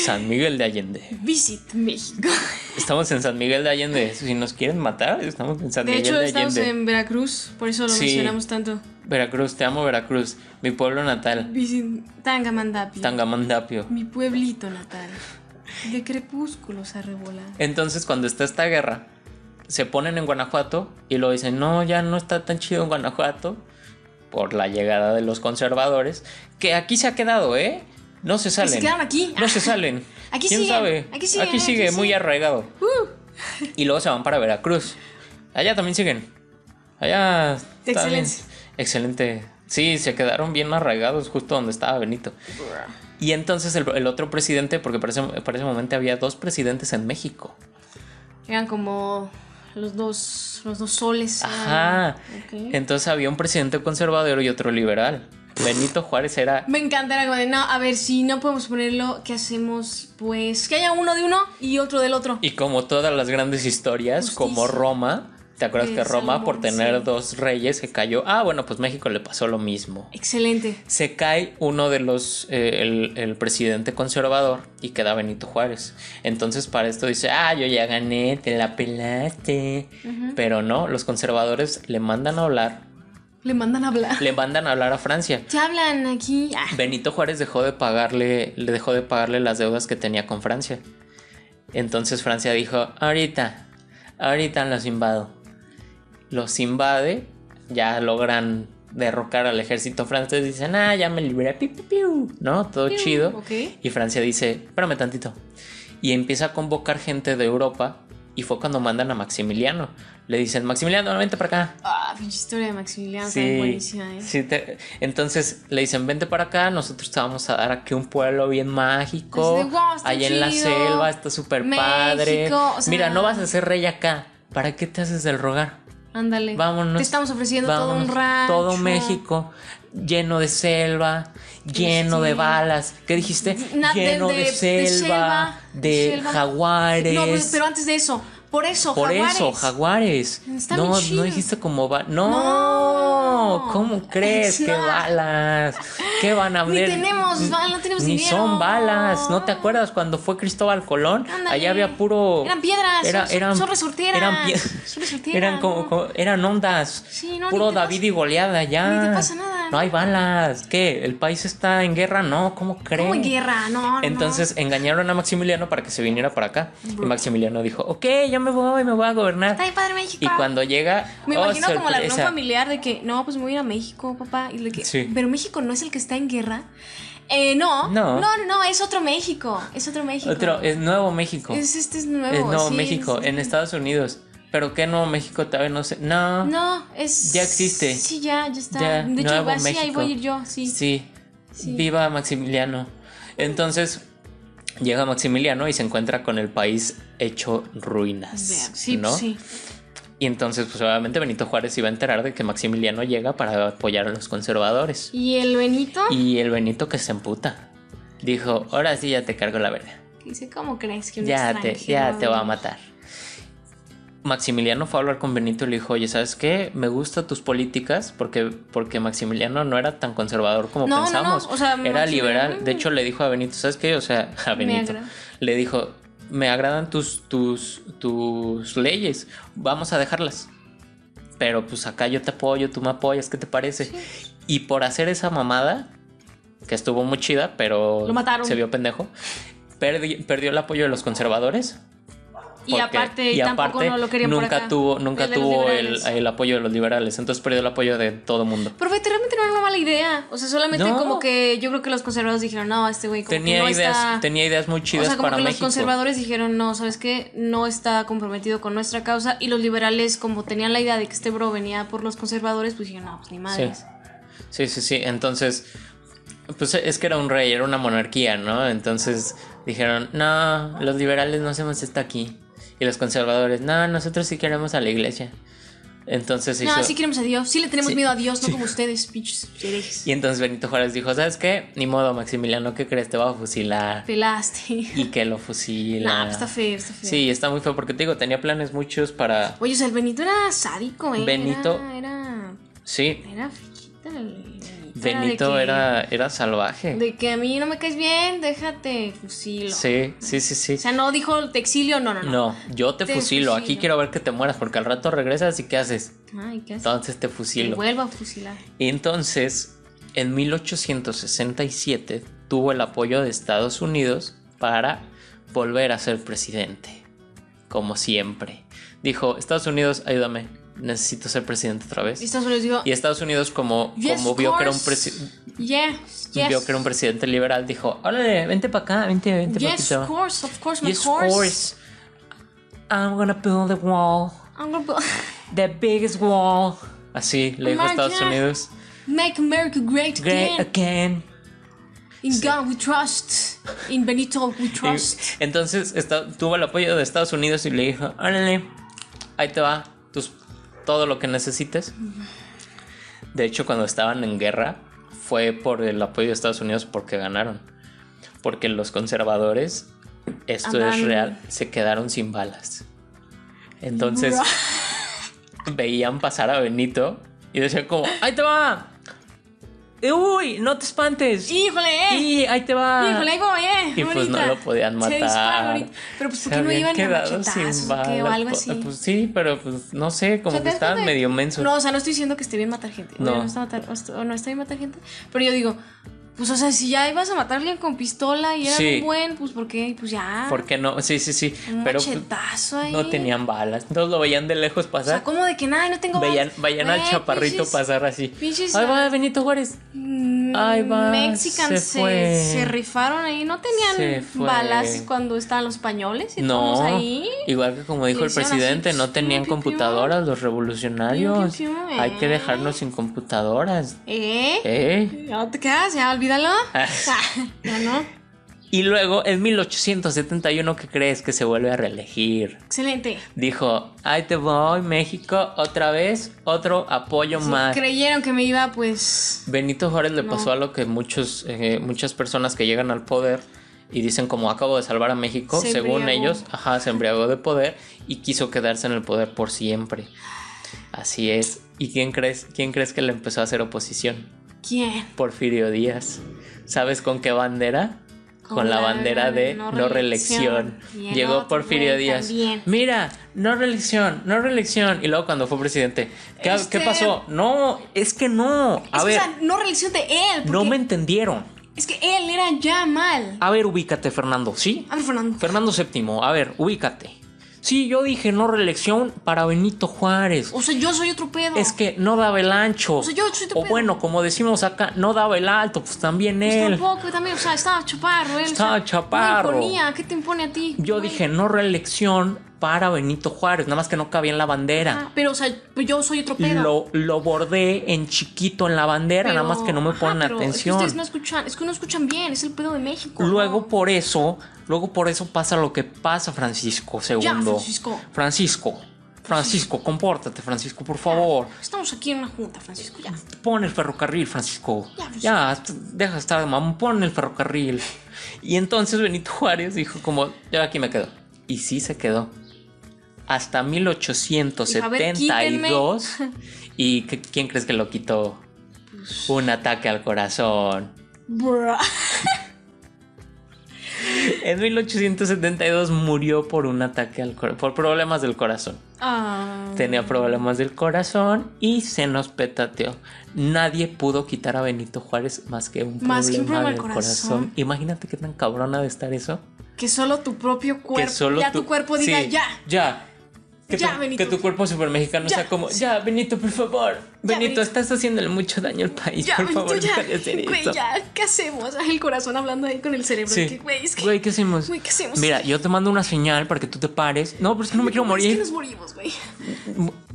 A: San Miguel de Allende.
B: Visit México.
A: Estamos en San Miguel de Allende. Si nos quieren matar, estamos en San
B: De
A: Miguel
B: hecho,
A: de
B: estamos
A: Allende.
B: en Veracruz, por eso lo
A: Sí.
B: mencionamos tanto.
A: Veracruz, te amo Veracruz, mi pueblo natal,
B: Visit Tangamandapio.
A: Tangamandapio.
B: Mi pueblito natal. De crepúsculos a rebolar.
A: Entonces, cuando está esta guerra, se ponen en Guanajuato y lo dicen, no, ya no está tan chido en Guanajuato por la llegada de los conservadores, que aquí se ha quedado, ¿eh? No se
B: Pues Se
A: salen.
B: quedaron aquí.
A: No se salen.
B: Aquí
A: ¿Quién
B: siguen,
A: sabe?
B: aquí siguen, aquí
A: sigue, muy
B: siguen. Uh.
A: arraigado. Y luego se van para Veracruz. Allá también siguen. Allá.
B: De
A: está bien.
B: excelencia.
A: Excelente. Sí, se quedaron bien arraigados justo donde estaba Benito. Y entonces el, el otro presidente, porque para ese, para ese momento había dos presidentes en México.
B: Eran Ah, como los dos, los dos soles. eran-
A: Ajá.
B: Ok.
A: Entonces había un presidente conservador y otro liberal. Benito Juárez era
B: Me encanta era como de, no, a ver, si no podemos ponerlo, ¿qué hacemos? Pues que haya uno de uno y otro del otro.
A: Y como todas las grandes historias,
B: Justicia.
A: como Roma, ¿te acuerdas
B: De
A: que Roma
B: Salomón,
A: por tener
B: sí.
A: dos reyes se cayó? Ah, bueno, pues México le pasó lo mismo.
B: Excelente.
A: Se cae uno de los, eh, el, el presidente conservador y queda Benito Juárez. Entonces para esto dice, ah, yo ya gané, te la pelaste. Pero no, los conservadores le mandan a hablar,
B: Le mandan a hablar.
A: le mandan a hablar a Francia.
B: ¿Qué hablan aquí? Ah,
A: Benito Juárez dejó de pagarle, le dejó de pagarle las deudas que tenía con Francia. Entonces Francia dijo, ahorita, ahorita los invado. Los invade, ya logran derrocar al ejército francés, dicen, ah, ya me liberé, piu, piu, piu", ¿no? Todo chido.
B: Ok.
A: Y Francia dice, espérame tantito. Y empieza a convocar gente de Europa y fue cuando mandan a Maximiliano. Le dicen, Maximiliano, vente para acá.
B: Ah, pinche historia de Maximiliano. también
A: Sí,
B: Buenísima, ¿eh?
A: sí, te- entonces le dicen, vente para acá, nosotros te vamos a dar aquí un pueblo bien mágico.
B: Así de, "Guau, está
A: allá en la
B: chido.
A: selva, está súper padre.
B: México, o sea-
A: Mira, no vas a ser rey acá. ¿Para qué te haces del rogar?
B: Ándale.
A: Vámonos.
B: Te estamos ofreciendo todo un
A: Vámonos,
B: rancho.
A: Todo México, lleno de selva, lleno de
B: Sí.
A: balas. ¿Qué dijiste?
B: Na- de-
A: lleno de,
B: de- de
A: selva,
B: selva,
A: de,
B: de selva.
A: jaguares.
B: No, pues, pero- pero antes de eso. Por eso,
A: Por
B: jaguares.
A: eso, jaguares.
B: Está
A: no,
B: bien chido.
A: no dijiste como va. No,
B: No.
A: ¿cómo crees?
B: No.
A: ¿Qué balas? ¿Qué van a
B: Ni
A: ver?
B: tenemos, ba- no tenemos
A: Ni
B: dinero.
A: son balas. ¿No te acuerdas cuando fue Cristóbal Colón?
B: Ándale.
A: Allá había puro.
B: Eran piedras,
A: Era-
B: son- son resorteras,
A: Eran, pie-
B: son resorteras,
A: eran como,
B: no.
A: como- eran ondas.
B: Sí, no, ni
A: puro
B: te
A: David y goleada ya.
B: Ni te pasa nada,
A: no hay balas, ¿qué? ¿El país está en guerra? No, ¿cómo creen?
B: Como en guerra, no.
A: Entonces engañaron a Maximiliano para que se viniera para acá. Y
B: Brutal.
A: Maximiliano dijo, ok, yo me voy, me voy a gobernar.
B: Está bien padre México.
A: Y cuando llega...
B: Me
A: oh,
B: imagino como la reunión
A: sorpresa.
B: familiar de que, no, pues me voy a ir a México, papá. Y de que,
A: Sí.
B: Pero México no es el que está en guerra. Eh, no,
A: No.
B: no, no, no, es otro México. Es otro México.
A: Otro, es Nuevo México.
B: Es, este es nuevo.
A: Es Nuevo
B: sí,
A: México,
B: es-
A: en Estados Unidos. ¿Pero qué Nuevo México? Todavía no sé. No.
B: No, es.
A: Ya existe.
B: Sí, ya, ya está.
A: Ya,
B: de hecho,
A: Nuevo
B: así ahí
A: México.
B: voy a ir yo, sí.
A: Sí.
B: Sí.
A: Viva Maximiliano. Entonces llega Maximiliano y se encuentra con el país hecho ruinas.
B: Vean, sí,
A: ¿no?
B: sí.
A: Y entonces, pues obviamente Benito Juárez se iba a enterar de que Maximiliano llega para apoyar a los conservadores.
B: Y el Benito,
A: Y el Benito que se emputa. Dijo, ahora sí ya te cargo la verga.
B: dice, ¿cómo crees que un
A: Ya te, ya
B: extranjero-
A: te va a matar. Maximiliano fue a hablar con Benito y le dijo, oye, ¿sabes qué? Me gustan tus políticas porque, porque Maximiliano no era tan conservador como
B: No, no, no,
A: pensamos.
B: o sea,
A: era
B: Maximiliano-
A: liberal. De hecho, le dijo a Benito, ¿sabes qué? O sea, a
B: Me
A: Benito.
B: agra-
A: Le dijo, me agradan tus, tus, tus leyes, vamos a dejarlas. Pero pues acá yo te apoyo, tú me apoyas, ¿qué te parece? Y por hacer esa mamada, que estuvo muy chida, pero
B: Lo mataron.
A: se vio pendejo, perdi- perdió el apoyo de los conservadores.
B: Y
A: porque-
B: aparte,
A: y
B: tampoco
A: aparte,
B: no lo querían
A: nunca
B: por acá.
A: tuvo, nunca
B: de los
A: tuvo el,
B: liberales.
A: el apoyo de los liberales, entonces perdió el apoyo de todo mundo.
B: Pero vete, realmente no era una mala idea. O sea, solamente
A: No.
B: como que yo creo que los conservadores dijeron, no, este güey como
A: Tenía,
B: que no
A: ideas,
B: está...
A: tenía ideas muy chidas
B: o sea, como
A: para
B: que los
A: México.
B: conservadores dijeron, no, ¿sabes qué? No está comprometido con nuestra causa. Y los liberales, como tenían la idea de que este bro venía por los conservadores, pues dijeron, no, pues ni madres.
A: Sí, sí, sí. Entonces, pues es que era un rey, era una monarquía, ¿no? Entonces dijeron, no, los liberales no hacemos esto aquí. Y los conservadores, no, nosotros sí queremos a la iglesia. Entonces hizo...
B: No, sí queremos a Dios, sí le tenemos
A: Sí.
B: miedo a Dios, no como ustedes, pinches herejes.
A: Y entonces Benito Juárez dijo, ¿sabes qué? Ni modo, Maximiliano, ¿qué crees? Te va a fusilar.
B: Pelaste.
A: Y que lo fusila.
B: Nah, pues está feo, está feo.
A: Sí, está muy feo porque te digo, tenía planes muchos para...
B: Oye, o sea, el Benito era sádico, ¿eh?
A: Benito-
B: Era. Era.
A: Sí,
B: Era friquita el Benito. Era de
A: Benito
B: que-
A: era, era salvaje.
B: De que a mí no me caes bien, déjate fusilo.
A: Sí, sí, sí, sí.
B: O sea, no dijo te exilio, no, no, no.
A: No, yo te,
B: Te
A: fusilo. Aquí
B: fusilo.
A: quiero ver que te mueras porque al rato regresas y ¿qué haces?
B: Ay, ¿qué haces?
A: Entonces te
B: Te
A: fusilo.
B: vuelvo a fusilar.
A: Y entonces, en 1867 tuvo el apoyo de Estados Unidos para volver a ser presidente. Como siempre. Dijo, Estados Unidos, ayúdame. Necesito ser presidente otra
B: Y
A: vez.
B: Estados Unidos dijo,
A: Y Estados Unidos, como,
B: Yes,
A: como vio, que era un
B: course.
A: presi-
B: yes, yes.
A: vio que era un presidente liberal, dijo, órale, vente para acá, vente, vente
B: Yes,
A: papito.
B: of course, of course, my
A: Yes,
B: course.
A: course. I'm gonna build the wall.
B: I'm gonna bu-
A: The biggest wall. Así le dijo a Estados
B: America.
A: Unidos.
B: make America great
A: Great
B: again.
A: again.
B: In God we trust. In Benito we
A: Y
B: trust.
A: entonces esta- tuvo el apoyo de Estados Unidos y le dijo, órale, ahí te va tus- todo lo que necesites. De hecho, cuando estaban en guerra, fue por el apoyo de Estados Unidos porque ganaron. Porque los conservadores, esto es
B: Andaban-
A: real, se quedaron sin balas. Entonces veían pasar a Benito y decían como, ahí te va. Eh, Uy, no te espantes.
B: Híjole, eh.
A: Y ahí te va.
B: Híjole, ahí voy, eh.
A: Y pues no
B: ahorita.
A: lo podían
B: Se disparan
A: matar.
B: ahorita. Pero pues,
A: Se
B: ¿por qué no
A: habían
B: iban a
A: quedado
B: machetazos o qué? O
A: balas,
B: algo
A: po-
B: así.
A: Pues sí, pero pues no sé, como
B: O
A: que
B: sea, ¿te das cuenta
A: estaban
B: de-
A: medio mensos.
B: No, o sea, no estoy diciendo que esté bien matar gente.
A: No.
B: No. no está matar, o est- o no está bien matar gente. Pero yo digo, pues, o sea, si ya ibas a matarle con pistola y era
A: Sí.
B: un buen, pues, ¿por qué? Pues ya.
A: ¿Por qué no? Sí, sí, sí.
B: Un
A: Pero pues,
B: machetazo ahí.
A: no tenían balas. Entonces lo veían de lejos
B: O sea,
A: pasar.
B: como de que nada, no tengo
A: veían
B: balas?
A: veían
B: Güey,
A: al chaparrito
B: pinches-
A: pasar así.
B: pinches-
A: Ahí va Benito Juárez.
B: mm,
A: Ahí va,
B: Mexicans
A: se
B: se,
A: fue.
B: se rifaron ahí, no
A: Se
B: tenían
A: fue.
B: balas cuando estaban los españoles y todos
A: No,
B: ahí.
A: igual que como dijo
B: Le
A: el
B: hicieron así,
A: presidente, no
B: piu,
A: tenían
B: piu, piu.
A: computadoras los revolucionarios.
B: Piu, piu, piu,
A: Hay que
B: eh.
A: dejarnos sin computadoras.
B: ¿Eh?
A: ¿Eh?
B: ¿Ya te quedas? ¿Ya olvídalo? ya no.
A: Y luego en 1871, ¿qué crees que se vuelve a reelegir?
B: Excelente.
A: Dijo, ahí te voy, México, otra vez, otro apoyo
B: Si
A: más.
B: creyeron que me iba, pues.
A: Benito Juárez le
B: No.
A: pasó a lo que muchos, eh, muchas personas que llegan al poder y dicen como acabo de salvar a México,
B: Se
A: según
B: embriagó.
A: ellos, ajá, se embriagó de poder y quiso quedarse en el poder por siempre. Así es. ¿Y quién crees, quién crees que le empezó a hacer oposición?
B: ¿Quién?
A: Porfirio Díaz. ¿Sabes con qué bandera? con, la, bandera de no, reelección.
B: Y el
A: Llegó
B: otro
A: Porfirio
B: güey
A: Díaz.
B: también.
A: Mira, no reelección, no reelección. Y luego cuando fue presidente, ¿qué, qué
B: Este-
A: pasó? No, es que no. A
B: Es que,
A: ver,
B: o sea, no reelección de él.
A: no
B: porque
A: me entendieron.
B: Es que él era ya mal.
A: A ver, ubícate, Fernando, ¿sí?
B: A ver, Fernando.
A: Fernando VII, a ver, ubícate. Sí, yo dije no reelección para Benito Juárez.
B: O sea, yo soy otro pedo.
A: Es que no daba el ancho.
B: O sea, yo soy tu pedo.
A: bueno, como decimos acá, no daba el alto, pues también
B: Pues
A: él.
B: tampoco, también, o sea, estaba chaparro él. o sea,
A: Estaba
B: no
A: chaparro.
B: imponía, ¿qué te impone a ti?
A: Yo
B: Güey.
A: dije no reelección para Benito Juárez, nada más que no cabía en la bandera.
B: Ah, pero, o sea, yo soy otro pedo.
A: Lo, lo bordé en chiquito en la bandera,
B: Pero-
A: nada más que no me
B: ajá,
A: ponen
B: pero es que
A: atención.
B: ustedes no escuchan, es que no escuchan bien, es el pedo de México. ¿no?
A: Luego por eso, luego por eso pasa lo que pasa, Francisco II.
B: Ya, Francisco.
A: Francisco, Francisco, compórtate, Francisco, por favor.
B: Estamos aquí en una junta, Francisco, ya.
A: Pon el ferrocarril, Francisco.
B: Ya, pues.
A: Ya, t- deja de estar de mamón, pon el ferrocarril. Y entonces Benito Juárez dijo como, yo aquí me quedo. Y sí se quedó. Hasta
B: Dijo, "A ver,
A: 1872. ¿Y qué- quién crees que lo quitó?
B: Pues.
A: Un ataque al corazón.
B: Bruh.
A: En 1872 murió por un ataque al corazón, por problemas del corazón.
B: Ah,
A: Tenía problemas del corazón y se nos petateó. Nadie pudo quitar a Benito Juárez más que un
B: Más que un
A: problema
B: problema
A: del
B: al
A: corazón.
B: corazón.
A: Imagínate qué tan cabrona de estar eso.
B: que solo tu propio cuerpo, ya tu,
A: tú-
B: cuerpo diga
A: Sí,
B: ya.
A: Ya. Que,
B: Ya,
A: tu,
B: Benito.
A: que tu cuerpo supermexicano
B: Ya,
A: sea como,
B: sí.
A: ya, Benito, por favor. Benito,
B: Benito.
A: estás haciéndole mucho daño al país.
B: Ya,
A: por
B: Benito,
A: favor,
B: ya.
A: deja de hacer
B: Güey,
A: eso.
B: ya, ¿qué hacemos? Ay, El corazón hablando ahí con el cerebro.
A: Sí.
B: que, güey, es que,
A: Güey, ¿qué hacemos?
B: güey, ¿qué hacemos?
A: Mira, yo te mando una señal para que tú te pares. No, pero es que no me quiero
B: Es que
A: morir.
B: nos morimos, güey.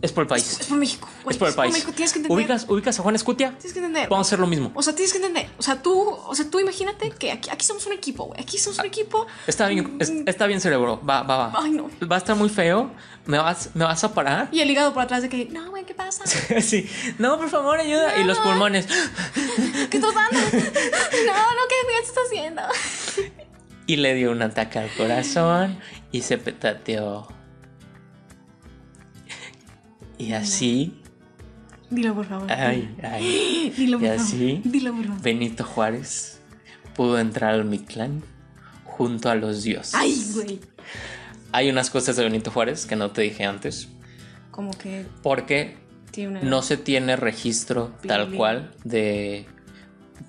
A: Es por el
B: Es
A: país.
B: por México. güey,
A: Es por el país.
B: México, tienes que entender.
A: ¿Ubicas, ubicas a Juan Escutia?
B: Tienes que entender.
A: Vamos a hacer lo mismo.
B: O sea, tienes que entender. O sea, tú, o sea, tú imagínate que aquí, aquí somos un equipo, güey. Aquí
A: Ah.
B: somos un equipo.
A: Está bien, es- está bien cerebro. Va, va, va.
B: Mm. Ay, no.
A: Va a estar muy feo. Me vas, me vas a parar.
B: Y el hígado por atrás de que, no, güey, ¿qué pasa?
A: sí. No, por favor, ayuda. Y los
B: No.
A: pulmones.
B: ¿Qué estás dando? no, no, ¿qué, qué estás haciendo?
A: Y le dio un ataque al corazón y se petateó. Y así,
B: Dilo, por favor.
A: ay, ay,
B: Dilo, por
A: y así.
B: favor. Dilo, por favor.
A: Benito Juárez pudo entrar al Mictlán junto a los dioses.
B: Ay, güey.
A: Hay unas cosas de Benito Juárez que no te dije antes,
B: Como que
A: porque
B: tiene una.
A: no se tiene registro tal
B: Pirulina.
A: cual de...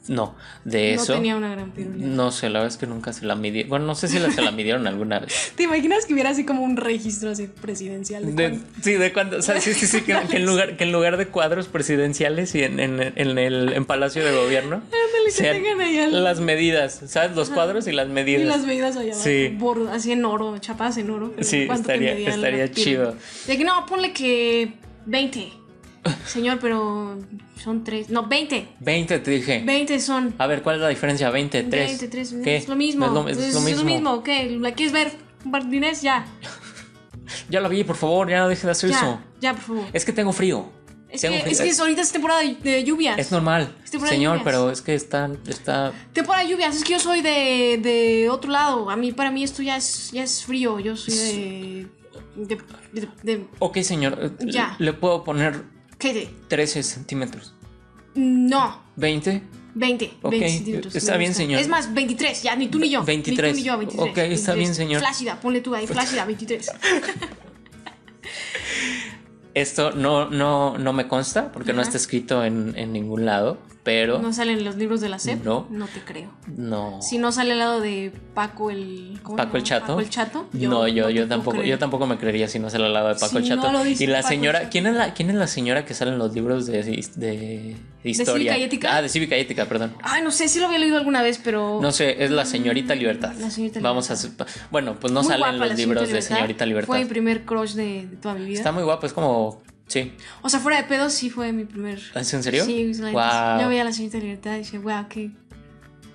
A: No, de
B: no
A: eso.
B: tenía una gran pirulina.
A: No sé, la verdad es que nunca se la midieron. Bueno, no sé si la- se la midieron alguna vez.
B: ¿Te imaginas que hubiera así como un registro así presidencial? De
A: De-
B: cuánto?
A: sí, de cuando. O sea, sí, sí, sí, que, que en, lugar, que en lugar de cuadros presidenciales y en, en- en el en Palacio de Gobierno,
B: Ándale, que
A: sean
B: tengan ahí al-
A: las medidas, ¿sabes? Los cuadros y las medidas.
B: Y las medidas allá abajo,
A: Sí.
B: bor- así en oro, chapadas en oro. pero
A: Sí,
B: ¿cuánto te
A: estaría-
B: medía la
A: estaría
B: pila?
A: chido.
B: De que no, ponle que 20. Señor, pero son 3. No, 20.
A: 20, te dije.
B: 20 son.
A: A ver, ¿cuál es la diferencia? 20, 3.
B: 23,
A: ¿Qué?
B: es lo mismo.
A: No Es lo, es lo mismo.
B: ¿qué? ¿La quieres ver? Martínez, ya.
A: Ya la vi, por favor, ya deje de hacer eso.
B: Ya, ya, por favor.
A: Es que tengo frío.
B: Es
A: Tengo
B: que,
A: frío.
B: es que es- ahorita es temporada de, de lluvias.
A: Es normal.
B: es temporada de
A: Señor,
B: lluvias.
A: pero es que está. está...
B: Temporada de lluvias, es que yo soy de, de otro lado. A mí, para mí, esto ya es, ya es frío. Yo soy de. de. de. de-
A: Ok, señor. eh,
B: Ya.
A: Le puedo poner
B: ¿Qué de?
A: 13 centímetros.
B: No.
A: 20.
B: 20,
A: Ok,
B: 20 centímetros.
A: está
B: me
A: bien,
B: gusta.
A: señor.
B: Es más, 23, ya, ni tú ni yo.
A: 23.
B: Ni tú ni yo, 23.
A: Ok, está bien, señor.
B: Flácida, ponle tú ahí, flácida, 23.
A: Esto no, no, no me consta porque no está escrito en, en ningún lado, pero
B: No salen los libros de la SEP.
A: No.
B: No te creo.
A: no.
B: Si no sale al lado de Paco el. ¿cómo
A: Paco
B: se
A: el
B: llama?
A: Chato.
B: Paco el Chato.
A: no, yo,
B: te
A: yo
B: puedo
A: tampoco,
B: creer.
A: yo tampoco me creería si no se la lava de Paco
B: Si
A: el Chato.
B: no lo dice
A: y la
B: Paco el
A: señora,
B: Chato.
A: ¿quién es la, quién es la señora que sale en los libros de, de, de historia?
B: Cívica y Ética?
A: Ah, de cívica y ética, perdón.
B: Ay, no sé, si lo había leído alguna vez, pero.
A: No sé, es la señorita Libertad.
B: La señorita
A: Vamos a sup- bueno, pues no
B: Muy
A: salen
B: guapa
A: los
B: la
A: libros de señorita Libertad.
B: Fue mi primer crush de, de toda mi vida.
A: Está muy guapo, es como sí.
B: O sea, fuera de pedo, sí fue mi primer.
A: ¿Es ¿Ah, en serio?
B: Sí, es la-
A: Guau.
B: yo veía a la señorita Libertad y dije, wow, qué.
A: Mi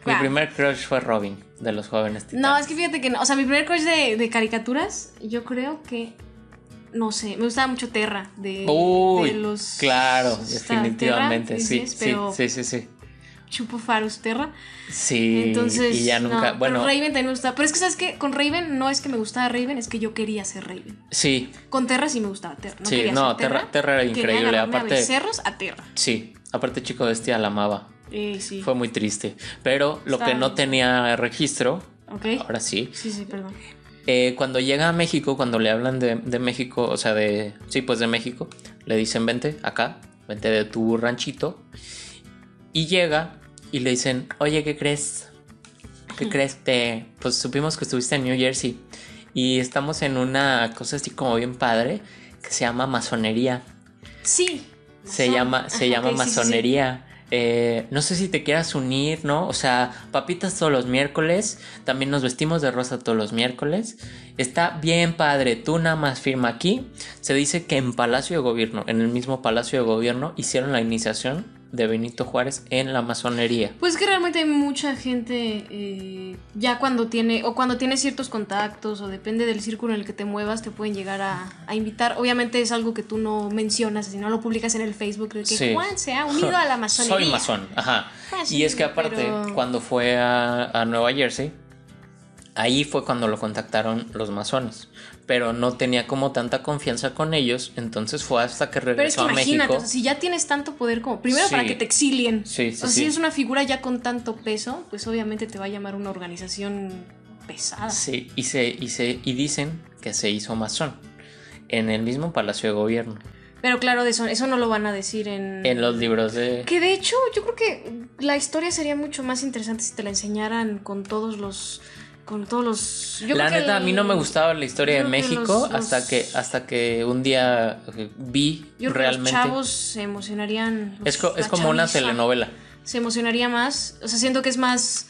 B: guau".
A: primer crush fue Robin de los jóvenes titanes.
B: No, es que fíjate que no. O sea, mi primer crush de, de caricaturas, yo creo que. No sé, me gustaba mucho Terra. De,
A: Uy,
B: de los.
A: claro,
B: está,
A: definitivamente,
B: Terra,
A: sí,
B: dices,
A: sí,
B: pero
A: sí, sí, sí,
B: Chupo Faros Terra.
A: Sí,
B: Entonces.
A: y ya nunca,
B: no,
A: bueno,
B: Pero Raven también me gustaba. Pero es que, ¿sabes qué? Con Raven no es que me gustaba Raven, es que yo quería ser Raven.
A: sí,
B: Con Terra sí me gustaba Terra. No
A: Sí,
B: quería
A: no,
B: ser Terra.
A: Terra- Terra era
B: Quería
A: increíble,
B: agarrarme
A: aparte-
B: A becerros a Terra.
A: sí, aparte Chico Bestia la amaba,
B: Eh, sí.
A: Fue muy triste. Pero lo
B: Está
A: que no
B: bien.
A: tenía registro,
B: Ok.
A: ahora sí,
B: Sí, sí, perdón.
A: eh, cuando llega a México, cuando le hablan de, de México, o sea, de. Sí, pues de México, le dicen vente acá, vente de tu ranchito. Y llega y le dicen, oye, ¿qué crees? ¿Qué crees? Te- pues supimos que estuviste en New Jersey y estamos en una cosa así como bien padre que se llama masonería.
B: Sí.
A: Se
B: Masón.
A: llama, se
B: Ajá,
A: llama
B: ok, sí, sí, sí.
A: masonería. Eh, no sé si te quieras unir, ¿no? O sea, papitas todos los miércoles. También nos vestimos de rosa todos los miércoles. Está bien padre. Tú nada más firma aquí. Se dice que en Palacio de Gobierno, en el mismo Palacio de Gobierno, hicieron la iniciación de Benito Juárez en la masonería.
B: Pues que realmente hay mucha gente eh, ya cuando tiene, o cuando tiene ciertos contactos, o depende del círculo en el que te muevas, te pueden llegar a, a invitar. Obviamente es algo que tú no mencionas, si no lo publicas en el Facebook, de que
A: Sí.
B: Juan se ha unido a la masonería.
A: Soy masón, ajá.
B: Ah, sí,
A: y es que aparte,
B: pero-
A: cuando fue a, a Nueva Jersey, ahí fue cuando lo contactaron los masones. Pero no tenía como tanta confianza con ellos, entonces fue hasta que
B: Pero es
A: regresó
B: que
A: a
B: imagínate,
A: México.
B: o sea, si ya tienes tanto poder como. Primero para
A: Sí.
B: que te exilien.
A: Sí, sí,
B: o sea,
A: sí.
B: si es una figura ya con tanto peso, pues obviamente te va a llamar una organización pesada.
A: Sí, y, se, y, se, y dicen que se hizo masón en el mismo Palacio de Gobierno,
B: Pero claro, de eso, eso no lo van a decir en.
A: en los libros de...
B: Que de hecho, yo creo que la historia sería mucho más interesante si te la enseñaran con todos los. Con todos los. yo
A: la
B: creo que
A: neta, a mí no
B: el-
A: me gustaba la historia de
B: creo que los-
A: México hasta,
B: los-
A: que, hasta que un día eh, vi
B: Yo creo que
A: realmente...
B: los chavos se emocionarían.
A: es,
B: los-
A: co- es
B: la
A: como una
B: chaviza
A: telenovela.
B: Se emocionaría más. O sea, siento que es más.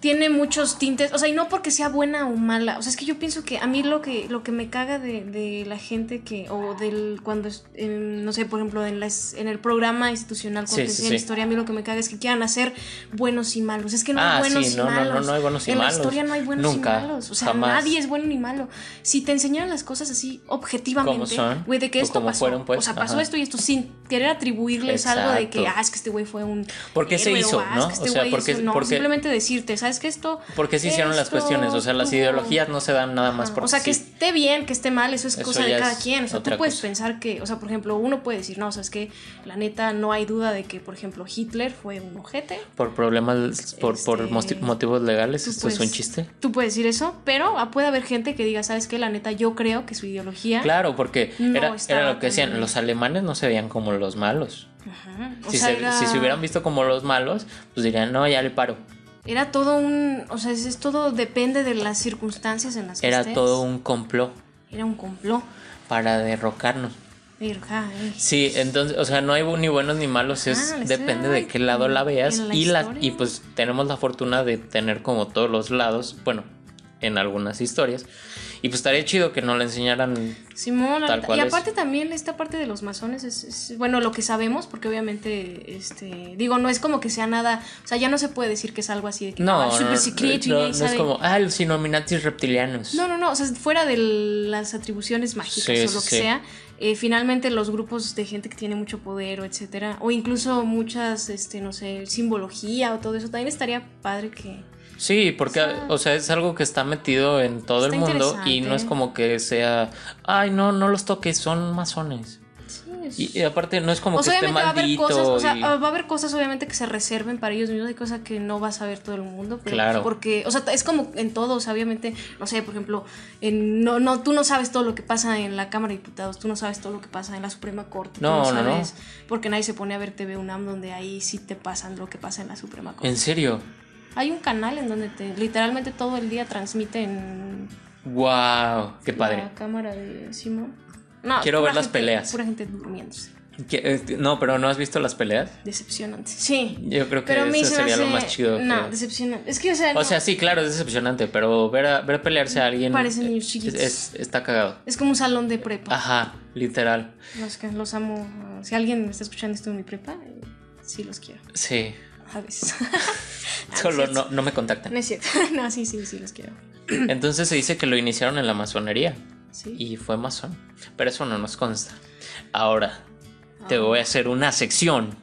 B: Tiene muchos tintes. O sea, y no porque sea buena o mala. O sea, es que yo pienso que a mí lo que, lo que me caga de, de la gente que. O del. Cuando. es- en, no sé, por ejemplo, en, las, en el programa institucional,
A: Sí,
B: cuando
A: sí,
B: te enseñan
A: sí.
B: historia, a mí lo que me caga es que quieran hacer buenos y malos. Es que no
A: Ah,
B: hay buenos
A: sí,
B: y
A: no, no, no,
B: malos.
A: no hay buenos y
B: en
A: malos.
B: la historia no hay buenos
A: Nunca,
B: y malos. O sea,
A: jamás.
B: nadie es bueno ni malo. Si te enseñaran las cosas así objetivamente,
A: son,
B: güey, de que
A: o
B: esto
A: como
B: pasó.
A: fueron, pues,
B: o sea, pasó
A: ajá.
B: esto y esto sin querer atribuirles algo de que,
A: Exacto.
B: ah, es que este güey fue un.
A: ¿Por qué se
B: héroe,
A: hizo,
B: o, ah,
A: no?
B: es que este
A: O sea,
B: güey
A: ¿por qué-
B: hizo- no,
A: por qué-
B: simplemente decirte, ¿sabes que esto.
A: Porque se hicieron las
B: esto
A: cuestiones, o sea, las
B: tuvo-
A: ideologías no se dan nada más
B: Ajá,
A: porque
B: O sea, que
A: sí.
B: esté bien, que esté mal, eso es
A: Eso
B: cosa
A: ya
B: de cada
A: es
B: quien. O sea,
A: otra
B: tú puedes
A: cosa.
B: pensar que, o sea, por ejemplo, uno puede decir, no, o sea, es que la neta no hay duda de que, por ejemplo, Hitler fue un ojete.
A: por problemas, por, por
B: Este, pues,
A: mosti- motivos legales,
B: tú
A: esto es
B: puedes-
A: un chiste.
B: Tú puedes decir eso, pero ah, puede haber gente que diga, ¿sabes qué? La neta, yo creo que su ideología.
A: Claro, porque
B: No
A: era,
B: estaba
A: era lo que
B: tan
A: decían,
B: bien.
A: los alemanes no se veían como los malos.
B: Ajá, o
A: Si,
B: sea,
A: se,
B: era-
A: si se hubieran visto como los malos, pues dirían, no, ya le paro.
B: Era todo un. O sea, es, es todo depende de las circunstancias en las que
A: Era
B: estés.
A: todo un complot
B: Era un complot.
A: para derrocarnos.
B: Pero, ja, eh.
A: Sí, entonces, o sea, no hay bu- ni buenos ni malos, es
B: Ah, la historia
A: depende
B: va
A: de qué lado la
B: en-
A: veas
B: en la
A: y la,
B: historia.
A: y pues tenemos la fortuna de tener como todos los lados, bueno, en algunas historias. Y pues estaría chido que no le enseñaran
B: Simón, la
A: Tal
B: neta.
A: cual
B: y
A: es.
B: aparte también esta parte de los masones es, es, bueno lo que sabemos porque obviamente este digo no es como que sea nada o sea ya no se puede decir que es algo así de que
A: No,
B: "Ah,
A: no,
B: súper
A: no,
B: secreto y
A: no,
B: nadie
A: no es
B: sabe".
A: como, ah, los Illuminatis reptilianos.
B: No, no, no, o sea, fuera de las atribuciones mágicas
A: Sí,
B: o
A: sí,
B: lo que
A: sí.
B: sea, eh, finalmente los grupos de gente que tiene mucho poder o etcétera, o incluso muchas, este, no sé, simbología o todo eso, también estaría padre que...
A: Sí, porque,
B: O sea,
A: o sea, es algo que está metido en todo el
B: está
A: mundo y no es
B: interesante.
A: como que sea, ay, no, no los toques, son masones.
B: Sí, es-
A: Y, y aparte, no es como
B: o
A: que
B: sea,
A: esté
B: obviamente va a haber
A: maldito.
B: cosas, o sea, ah,
A: y-
B: va a haber cosas obviamente que se reserven para ellos mismos, hay cosas que no va a saber todo el mundo, pero
A: Claro.
B: porque, o sea, es como en todo, o sea, obviamente, no sé, por ejemplo, en, no, no, tú no sabes todo lo que pasa en la Cámara de Diputados, tú no sabes todo lo que pasa en la Suprema Corte, tú
A: No, no, no.
B: sabes, porque nadie se pone a ver TV UNAM donde ahí sí te pasan lo que pasa en la Suprema Corte.
A: En serio,
B: Hay un canal en donde te literalmente todo el día transmiten
A: wow, qué padre.
B: la Cámara de Simón. No,
A: Quiero
B: pura
A: ver las
B: gente-
A: peleas.
B: Pura gente durmiéndose.
A: Que, eh, No, pero ¿no has visto las peleas?
B: Decepcionante. Sí.
A: Yo creo que
B: Pero a mí
A: eso
B: se me
A: sería lo
B: hace-
A: más chido. que-
B: No, decepcionante. Es que, o sea,
A: O
B: no,
A: sea, sí, claro, es decepcionante, pero ver, a- ver pelearse a alguien
B: Parecen niños
A: es-
B: chiquitos.
A: es- está cagado.
B: es como un salón de prepa.
A: Ajá, literal.
B: Los, que- los amo. uh, Si alguien me está escuchando esto en mi prepa, eh, sí los quiero.
A: Sí,
B: A veces. Ah,
A: solo
B: no. es cierto.
A: no, no me contactan.
B: No es cierto. No, sí, sí, sí los quiero.
A: Entonces se dice que lo iniciaron en la masonería
B: Sí.
A: y fue masón, pero eso no nos consta. Ahora, te
B: Ah.
A: voy a hacer una sección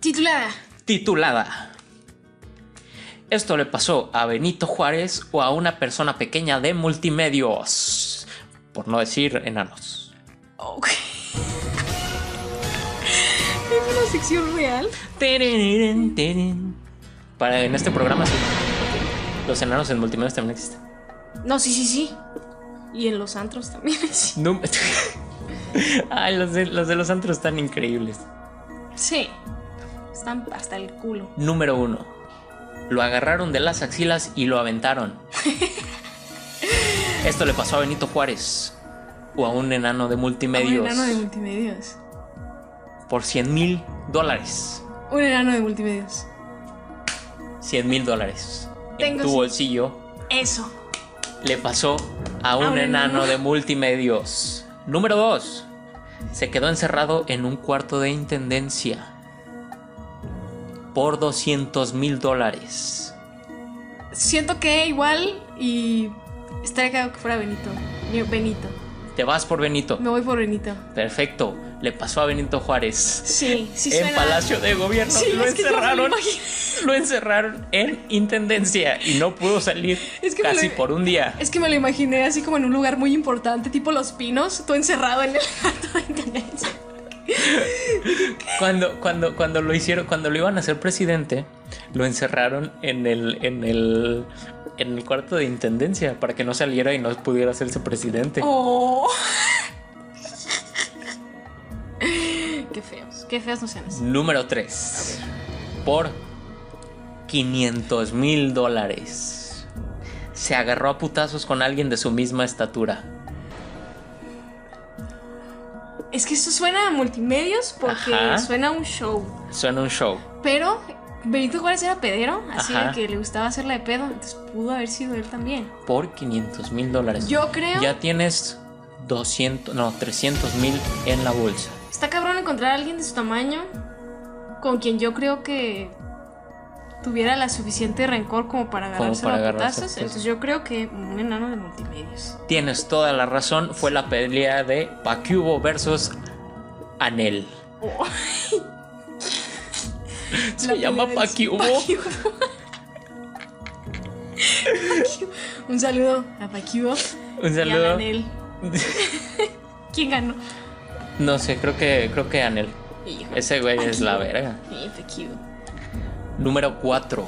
B: Titulada.
A: titulada Esto le pasó a Benito Juárez o a una persona pequeña de multimedios, por no decir enanos.
B: Ok. Es una sección real?
A: Tererén, tererén. Para en este programa sí. Los enanos en multimedia también existen.
B: No, sí, sí, sí. Y en los antros también. sí.
A: No. me- Ay, los de, los de los antros están increíbles.
B: Sí. Están hasta el culo.
A: Número uno. Lo agarraron de las axilas y lo aventaron. Esto le pasó a Benito Juárez. O a un enano de multimedios.
B: Un enano de multimedios.
A: Por 100 mil dólares.
B: Un enano de multimedios.
A: 100 mil dólares. En
B: Tengo
A: tu
B: sí.
A: bolsillo.
B: Eso.
A: le pasó a un,
B: un
A: enano
B: enano.
A: de multimedios. Número 2. Se quedó encerrado en un cuarto de intendencia por 200 mil dólares.
B: Siento que igual y estaría cagado que fuera Benito. Yo, Benito.
A: Te vas por Benito.
B: Me voy por Benito.
A: Perfecto. Le pasó a Benito Juárez.
B: Sí, sí
A: en
B: suena.
A: Palacio de Gobierno
B: Sí,
A: lo
B: es que yo me lo
A: encerraron.
B: imagino.
A: Lo encerraron en intendencia y no pudo salir
B: Es que me
A: casi
B: lo-
A: por un día.
B: Es que me lo imaginé así como en un lugar muy importante, tipo Los Pinos, tú encerrado en el gato de intendencia.
A: Cuando, cuando, cuando lo hicieron, cuando lo iban a hacer presidente, lo encerraron en el, en el, en el cuarto de intendencia para que no saliera y no pudiera hacerse presidente.
B: Oh. Qué feos, qué feos no sean así.
A: Número 3. Por 500 mil dólares. Se agarró a putazos con alguien de su misma estatura.
B: Es que esto suena a multimedios porque
A: Ajá.
B: suena a un show.
A: Suena un show.
B: Pero Benito Juárez era pedero, así
A: Ajá.
B: de que le gustaba hacerla de pedo, entonces pudo haber sido él también.
A: Por 500 mil dólares.
B: Yo creo.
A: Ya tienes 200, no, 300 mil en la bolsa.
B: Está cabrón encontrar a alguien de su tamaño con quien yo creo que tuviera la suficiente rencor como para agarrarse
A: para
B: a
A: agarrarse pues. a
B: putazos.
A: putazos.
B: Entonces yo creo que un enano de multimedios.
A: Tienes toda la razón, fue la pelea de Pacubo versus Anel.
B: Oh.
A: Se
B: La
A: llama
B: pelea del
A: Pacubo.
B: Paquiubo. Paquiubo. un saludo a Paquiubo
A: Un
B: y a
A: saludo.
B: Anel. ¿Quién ganó?
A: No sé, creo que creo que Anel.
B: Hijo.
A: Ese güey es la
B: Paquiubo.
A: verga.
B: Sí, Paquiubo.
A: Número 4.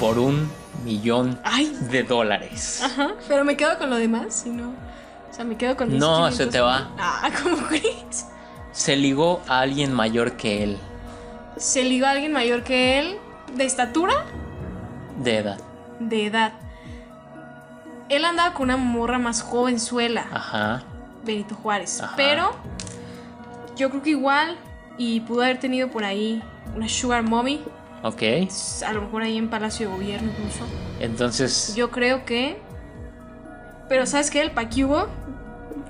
A: Por un millón
B: Ay,
A: de dólares.
B: Ajá, pero me quedo con lo demás, si no. O sea, me quedo con mis
A: No, se
B: 500.
A: te va.
B: Ah, ¿cómo crees?
A: Se ligó a alguien mayor que él,
B: Se ligó a alguien mayor que él, de estatura,
A: de edad.
B: de edad. Él andaba con una morra más jovenzuela,
A: Ajá.
B: Benito Juárez.
A: Ah. Ajá.
B: Pero yo creo que igual, y pudo haber tenido por ahí una Sugar Mommy,
A: Ok.
B: a lo mejor ahí en Palacio de Gobierno incluso.
A: Entonces,
B: Yo creo que. Pero ¿sabes qué? El Paquiubo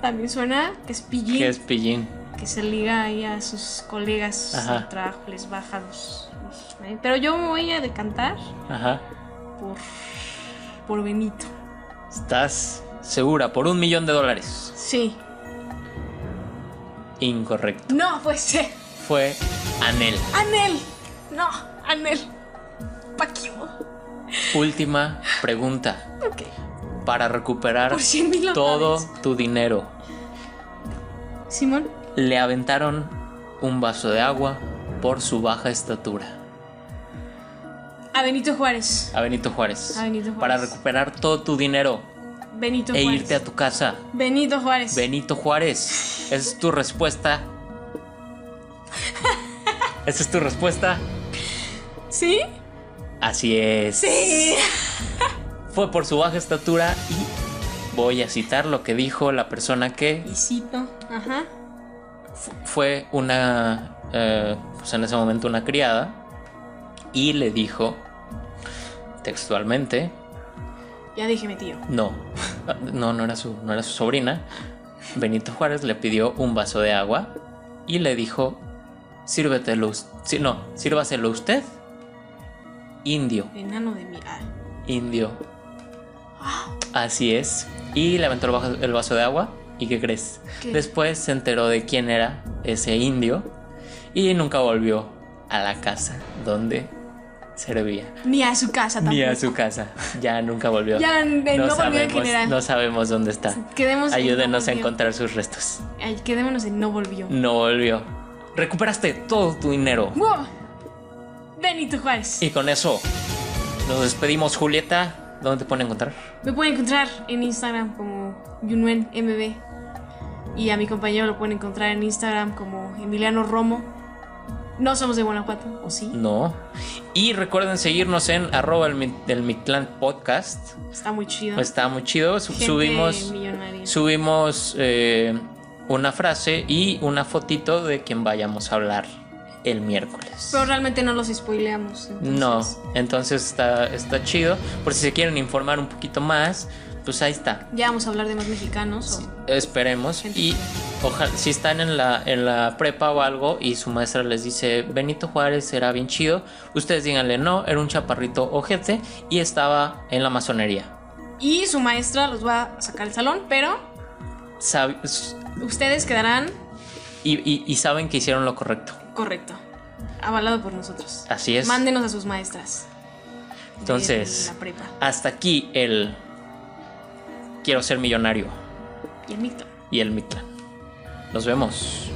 B: también suena que es pillín.
A: ¿qué es pillín?
B: que se liga ahí a sus colegas
A: Ajá.
B: de trabajo, les baja los, los- Pero yo me voy a decantar
A: Ajá.
B: por, por Benito.
A: ¿Estás segura? Por un millón de dólares.
B: Sí.
A: Incorrecto.
B: No, pues sí.
A: Fue Anel.
B: Anel. No, Anel. Paquibo.
A: Última pregunta
B: Ok.
A: para recuperar
B: Por 100 mil
A: todo tu dinero.
B: Simón.
A: Le aventaron un vaso de agua por su baja estatura
B: A Benito Juárez.
A: a Benito Juárez.
B: A Benito Juárez.
A: Para recuperar todo tu dinero
B: Benito
A: e
B: Juárez.
A: irte a tu casa.
B: Benito Juárez.
A: Benito Juárez, esa es tu respuesta. Esa es tu respuesta.
B: ¿Sí?
A: Así es.
B: Sí.
A: Fue por su baja estatura y voy a citar lo que dijo la persona que
B: Visito. Ajá.
A: fue una, eh, pues en ese momento una criada, y le dijo textualmente,
B: Ya dije mi tío.
A: no, no, no era su, no era su sobrina, Benito Juárez le pidió un vaso de agua y le dijo, sírvetelo, us- sí, no, sírvaselo usted, indio,
B: Enano de mi. ah.
A: indio, así es, y le aventó el vaso- el vaso de agua, ¿y qué crees?
B: ¿Qué?
A: Después se enteró de quién era ese indio y nunca volvió a la casa donde servía.
B: Ni a su casa tampoco.
A: Ni a su casa. Ya nunca volvió.
B: Ya eh, no, volvió en
A: sabemos,
B: general.
A: no sabemos dónde está.
B: Quedémonos en no
A: Ayúdenos a
B: volvió.
A: encontrar sus restos.
B: Ay, quedémonos en no volvió.
A: No volvió. Recuperaste todo tu dinero.
B: ¡Wow! Benito Juárez.
A: Y con eso nos despedimos, Julieta. ¿Dónde te pueden encontrar?
B: Me pueden encontrar en Instagram como YunuenMB. Y a mi compañero lo pueden encontrar en Instagram como Emiliano Romo. No somos de Guanajuato, ¿o sí?
A: No. Y recuerden seguirnos en arroba el, Mi- el Mictlán Podcast.
B: Está muy chido.
A: Está muy chido. Pues, Su-
B: Gente
A: subimos
B: millonaria.
A: subimos eh, una frase y una fotito de quien vayamos a hablar el miércoles.
B: Pero realmente no los spoileamos. entonces.
A: No, entonces está, está chido. Por si se quieren informar un poquito más, pues ahí está.
B: Ya vamos a hablar de más mexicanos. o-
A: Esperemos. Y ojalá, si están en la, en la prepa o algo y su maestra les dice Benito Juárez era bien chido, ustedes díganle no, era un chaparrito ojete y estaba en la masonería.
B: Y su maestra los va a sacar del salón, pero
A: Sab- s-
B: ustedes quedarán
A: y, y- y saben que hicieron lo correcto.
B: correcto. Avalado por nosotros.
A: Así es.
B: Mándenos a sus maestras. de
A: Entonces,
B: La prepa.
A: hasta aquí el quiero ser millonario
B: Y el micto.
A: y el Mictlán. Nos vemos.